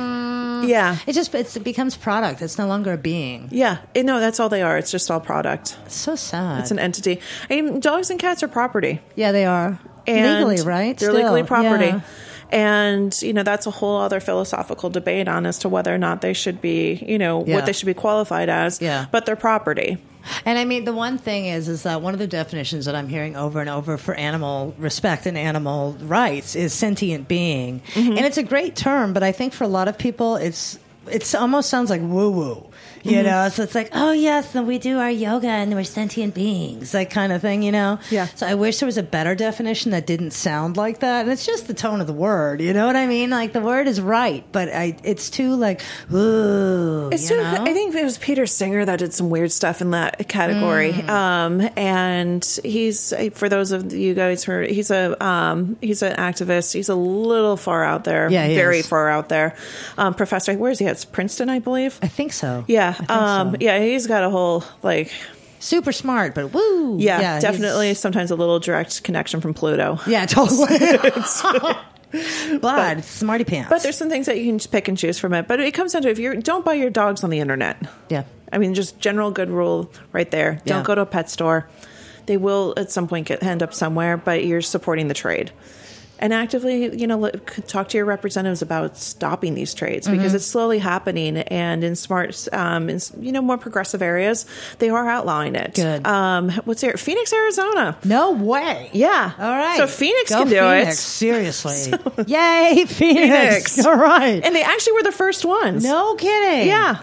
[SPEAKER 4] Yeah.
[SPEAKER 3] it just it's, it becomes product. It's no longer a being.
[SPEAKER 4] Yeah. And no, that's all they are. It's just all product.
[SPEAKER 3] It's so sad.
[SPEAKER 4] It's an entity. And dogs and cats are property.
[SPEAKER 3] yeah, they are
[SPEAKER 4] and
[SPEAKER 3] legally right.
[SPEAKER 4] They're
[SPEAKER 3] Still,
[SPEAKER 4] legally property.
[SPEAKER 3] yeah.
[SPEAKER 4] And you know that's a whole other philosophical debate on as to whether or not they should be, you know,
[SPEAKER 3] Yeah.
[SPEAKER 4] what they should be qualified as.
[SPEAKER 3] Yeah.
[SPEAKER 4] But they're property.
[SPEAKER 3] And I mean, the one thing is, is that one of the definitions that I'm hearing over and over for animal respect and
[SPEAKER 4] Mm-hmm.
[SPEAKER 3] animal rights is sentient being, and it's a great term. But I think for a lot of people, it's it almost sounds like woo woo. You
[SPEAKER 4] Mm-hmm.
[SPEAKER 3] know, so it's like, oh yes, then we do our yoga and we're sentient beings, that kind of thing. You know,
[SPEAKER 4] Yeah.
[SPEAKER 3] So I wish there was a better definition that didn't sound like that. And it's just the tone of the word. You know what I mean? Like the word is right, but I, it's too like, ooh.
[SPEAKER 4] It's
[SPEAKER 3] you
[SPEAKER 4] too-
[SPEAKER 3] know?
[SPEAKER 4] I think it was Peter Singer that did some weird stuff in that category.
[SPEAKER 3] Mm.
[SPEAKER 4] Um, and he's for those of you guys who are, he's a um, he's an activist. He's a little far out there.
[SPEAKER 3] Yeah, he
[SPEAKER 4] very
[SPEAKER 3] is.
[SPEAKER 4] far out there. Um, professor, where is he? It's Princeton, I believe.
[SPEAKER 3] I think so. I
[SPEAKER 4] Yeah.
[SPEAKER 3] think
[SPEAKER 4] um,
[SPEAKER 3] so.
[SPEAKER 4] Yeah. He's got a whole like.
[SPEAKER 3] super smart, but woo.
[SPEAKER 4] Yeah.
[SPEAKER 3] he's-
[SPEAKER 4] definitely. Sometimes a little direct connection from Pluto.
[SPEAKER 3] Yeah, totally. Blood, smarty pants.
[SPEAKER 4] But there's some things that you can just pick and choose from it. But it comes down to if you don't buy your dogs on the internet.
[SPEAKER 3] yeah.
[SPEAKER 4] I mean, just general good rule right there.
[SPEAKER 3] Yeah.
[SPEAKER 4] Don't go to a pet store. They will at some point get end up somewhere, but you're supporting the trade. And actively, you know, look, talk to your representatives about stopping these trades
[SPEAKER 3] Mm-hmm.
[SPEAKER 4] because it's slowly happening. And in smart, um, in, s- you know, more progressive areas, they are outlawing it.
[SPEAKER 3] Good.
[SPEAKER 4] Um, what's here? Phoenix, Arizona.
[SPEAKER 3] No way.
[SPEAKER 4] Yeah.
[SPEAKER 3] All right.
[SPEAKER 4] So Phoenix
[SPEAKER 3] Go
[SPEAKER 4] can do
[SPEAKER 3] Phoenix,
[SPEAKER 4] it.
[SPEAKER 3] Seriously. Yay, Phoenix.
[SPEAKER 4] Phoenix.
[SPEAKER 3] All right.
[SPEAKER 4] And they actually were the first ones.
[SPEAKER 3] no kidding.
[SPEAKER 4] Yeah.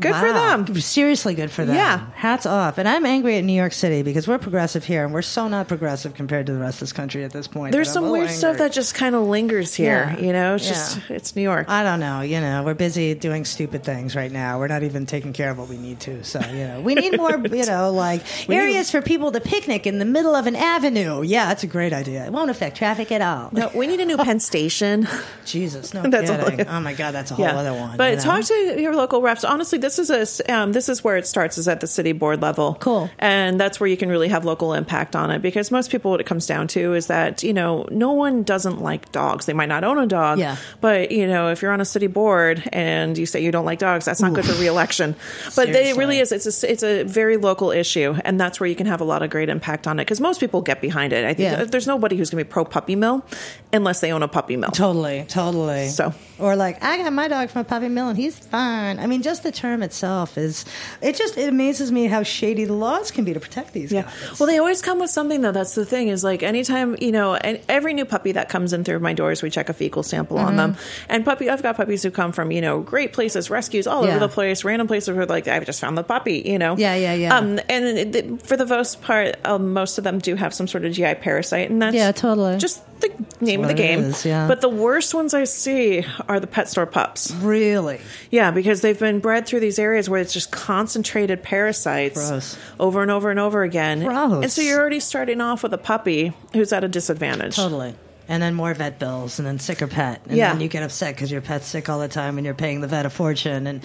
[SPEAKER 4] Good for
[SPEAKER 3] Wow.
[SPEAKER 4] them.
[SPEAKER 3] Seriously, good for them.
[SPEAKER 4] Yeah.
[SPEAKER 3] Hats off. And I'm angry at New York City because we're progressive here and we're so not progressive compared to the rest of this country at this point.
[SPEAKER 4] There's
[SPEAKER 3] that I'm
[SPEAKER 4] some
[SPEAKER 3] a
[SPEAKER 4] weird
[SPEAKER 3] little
[SPEAKER 4] stuff
[SPEAKER 3] angry.
[SPEAKER 4] that just kind of lingers here.
[SPEAKER 3] Yeah.
[SPEAKER 4] You know, it's
[SPEAKER 3] Yeah.
[SPEAKER 4] just, it's New York.
[SPEAKER 3] I don't know. You know, we're busy doing stupid things right now. We're not even taking care of what we need to. So, you know, we need more, you know, like areas for people to picnic in the middle of an avenue. Yeah, that's a great idea. It won't affect traffic at all.
[SPEAKER 4] No, we need a new Penn Station.
[SPEAKER 3] Jesus, no
[SPEAKER 4] That's all
[SPEAKER 3] kidding.
[SPEAKER 4] it-
[SPEAKER 3] Oh my God, that's a whole other one.
[SPEAKER 4] But
[SPEAKER 3] you know?
[SPEAKER 4] talk to your local reps. Honestly, this is a s- um, this is where it starts is at the city board level.
[SPEAKER 3] Cool.
[SPEAKER 4] and that's where you can really have local impact on it because most people, what it comes down to is that you know no one doesn't like dogs. They might not own a dog,
[SPEAKER 3] Yeah.
[SPEAKER 4] But you know, if you're on a city board and you say you don't like dogs, that's not good for reelection. But they- it really is. It's a, s- it's a very local issue, and that's where you can have a lot of great impact on it because most people get behind it. I think
[SPEAKER 3] Yeah.
[SPEAKER 4] there's nobody who's going to be pro puppy mill unless they own a puppy mill.
[SPEAKER 3] Totally, totally.
[SPEAKER 4] So.
[SPEAKER 3] or like, I got my dog from a puppy mill and he's fine. I mean, just the term itself is. It just it amazes me how shady the laws can be to protect these
[SPEAKER 4] Yeah.
[SPEAKER 3] guys.
[SPEAKER 4] Well, they always come with something though. That's the thing is like anytime you know, and every new puppy that comes in through my doors, we check a fecal sample on them.
[SPEAKER 3] Mm-hmm.
[SPEAKER 4] And puppy, I've got puppies who come from you know great places, rescues all
[SPEAKER 3] Yeah.
[SPEAKER 4] over the place, random places where like I've just found the puppy, you know.
[SPEAKER 3] Yeah, yeah, yeah.
[SPEAKER 4] Um, and it- it- for the most part, um, most of them do have some sort of GI parasite, and that's
[SPEAKER 3] Yeah, totally.
[SPEAKER 4] just the name of
[SPEAKER 3] what
[SPEAKER 4] the
[SPEAKER 3] it
[SPEAKER 4] game.
[SPEAKER 3] is, yeah.
[SPEAKER 4] But the worst ones I see are the pet store pups.
[SPEAKER 3] really,
[SPEAKER 4] Yeah, because they've been bred through these areas where it's just concentrated parasites
[SPEAKER 3] Gross.
[SPEAKER 4] over and over and over again.
[SPEAKER 3] Gross.
[SPEAKER 4] And so you're already starting off with a puppy who's at a disadvantage.
[SPEAKER 3] totally. And then more vet bills, and then sicker pet, and
[SPEAKER 4] Yeah.
[SPEAKER 3] then you get upset because your pet's sick all the time, and you're paying the vet a fortune, and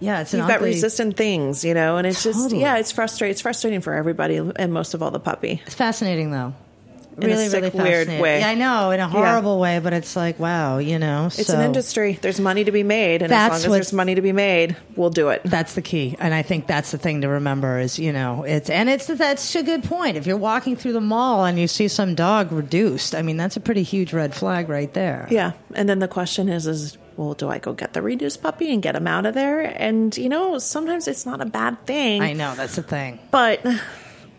[SPEAKER 3] yeah, it's an
[SPEAKER 4] You've got
[SPEAKER 3] ugly-
[SPEAKER 4] resistant things, you know, and it's just
[SPEAKER 3] Totally.
[SPEAKER 4] yeah, it's frustrating. It's frustrating for everybody, and most of all the puppy.
[SPEAKER 3] It's fascinating though.
[SPEAKER 4] In a sick, weird
[SPEAKER 3] fascinating.
[SPEAKER 4] way.
[SPEAKER 3] Yeah, I know, in a horrible way, but it's like, wow, you know.
[SPEAKER 4] It's
[SPEAKER 3] so.
[SPEAKER 4] an industry. There's money to be made, and
[SPEAKER 3] That's
[SPEAKER 4] as long as
[SPEAKER 3] what-
[SPEAKER 4] there's money to be made, we'll do it.
[SPEAKER 3] That's the key, and I think that's the thing to remember is you know it's and it's that's a good point. If you're walking through the mall and you see some dog reduced, I mean that's a pretty huge red flag right there.
[SPEAKER 4] Yeah. And then the question is is well, do I go get the reduced puppy and get him out of there? And you know, sometimes it's not a bad thing.
[SPEAKER 3] I know that's the thing.
[SPEAKER 4] But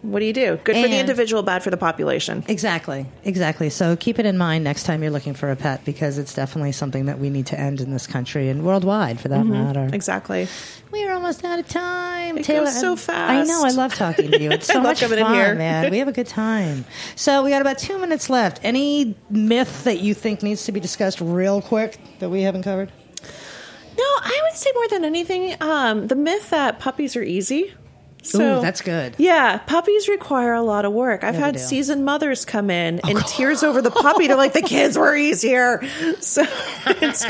[SPEAKER 4] what do you do? Good for
[SPEAKER 3] And-
[SPEAKER 4] the individual, bad for the population.
[SPEAKER 3] Exactly, exactly. So keep it in mind next time you're looking for a pet because it's definitely something that we need to end in this country and worldwide for that matter.
[SPEAKER 4] Exactly.
[SPEAKER 3] We are almost out of time.
[SPEAKER 4] Mm-hmm. It
[SPEAKER 3] Taylor,
[SPEAKER 4] goes so
[SPEAKER 3] I'm-
[SPEAKER 4] fast.
[SPEAKER 3] I know. I love talking to you. It's
[SPEAKER 4] I
[SPEAKER 3] so
[SPEAKER 4] love
[SPEAKER 3] much
[SPEAKER 4] coming in
[SPEAKER 3] fun,
[SPEAKER 4] here.
[SPEAKER 3] man. We have a good time. So we got about two minutes left. Any myth that you think needs to be discussed real quick that we haven't covered?
[SPEAKER 4] No, I would say more than anything, um, the myth that puppies are easy. So,
[SPEAKER 3] Ooh, that's good.
[SPEAKER 4] Yeah, puppies require a lot of work. I've
[SPEAKER 3] Yeah, they
[SPEAKER 4] had
[SPEAKER 3] do.
[SPEAKER 4] seasoned mothers come in in tears over the puppy. They're like, the kids were easier. So, it's,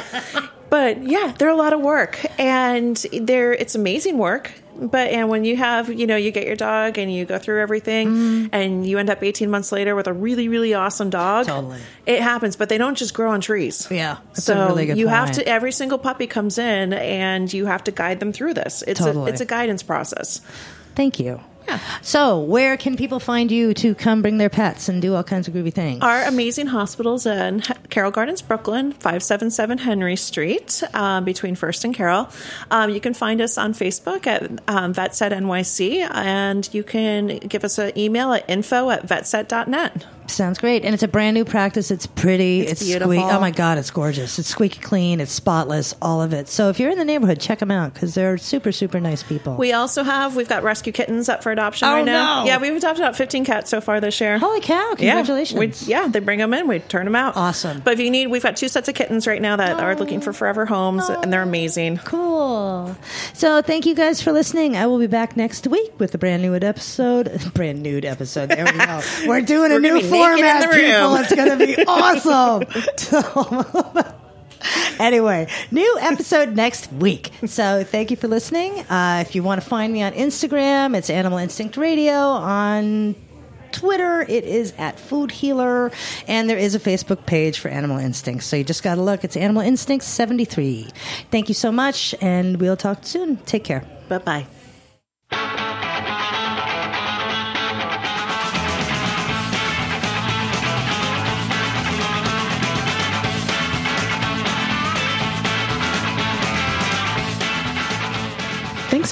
[SPEAKER 4] but yeah, they're a lot of work, and they're it's amazing work. But and when you have you know you get your dog and you go through everything
[SPEAKER 3] Mm-hmm.
[SPEAKER 4] and you end up eighteen months later with a really really awesome dog.
[SPEAKER 3] Totally.
[SPEAKER 4] it happens. But they don't just grow on trees.
[SPEAKER 3] Yeah, that's a
[SPEAKER 4] so
[SPEAKER 3] really good
[SPEAKER 4] you have
[SPEAKER 3] point.
[SPEAKER 4] to every single puppy comes in and you have to guide them through this. It's
[SPEAKER 3] Totally.
[SPEAKER 4] a it's a guidance process.
[SPEAKER 3] Thank you. Yeah. So where can people find you to come bring their pets and do all kinds of groovy things?
[SPEAKER 4] Our amazing hospitals in H- Carroll Gardens, Brooklyn, 577 Henry Street, um, between First and Carroll. Um, you can find us on Facebook at um, VetSet NYC, and you can give us an email at info at vetset.net.
[SPEAKER 3] Sounds great. And it's a brand new practice. It's pretty.
[SPEAKER 4] It's
[SPEAKER 3] It's,
[SPEAKER 4] beautiful.
[SPEAKER 3] squeak- Oh my God, it's gorgeous. It's squeaky clean. It's spotless. All of it. So if you're in the neighborhood, check them out because they're super, super nice people.
[SPEAKER 4] We also have we've got rescue kittens up for adoption
[SPEAKER 3] Oh,
[SPEAKER 4] right now.
[SPEAKER 3] no.
[SPEAKER 4] Yeah, we've adopted about 15 cats so far this year.
[SPEAKER 3] Holy cow.
[SPEAKER 4] Yeah,
[SPEAKER 3] Congratulations.
[SPEAKER 4] we- yeah, they bring them in, we turn them out.
[SPEAKER 3] Awesome.
[SPEAKER 4] But if you need, we've got two sets of kittens right now that are looking for forever homes, and they're amazing.
[SPEAKER 3] Cool. So thank you guys for listening. I will be back next week with a brand new episode. Brand new episode. There we go. We're doing a
[SPEAKER 4] We're gonna
[SPEAKER 3] new
[SPEAKER 4] be naked in
[SPEAKER 3] format,
[SPEAKER 4] the room.
[SPEAKER 3] people. It's going to be awesome. anyway, new episode next week. So thank you for listening. Uh, if you want to find me on Instagram, it's Animal Instinct Radio. On Twitter, it is at Food Healer. And there is a Facebook page for Animal Instincts. So you just got to look. It's Animal Instincts 73. Thank you so much, and we'll talk soon. Take care.
[SPEAKER 4] Bye bye.
[SPEAKER 2] Thanks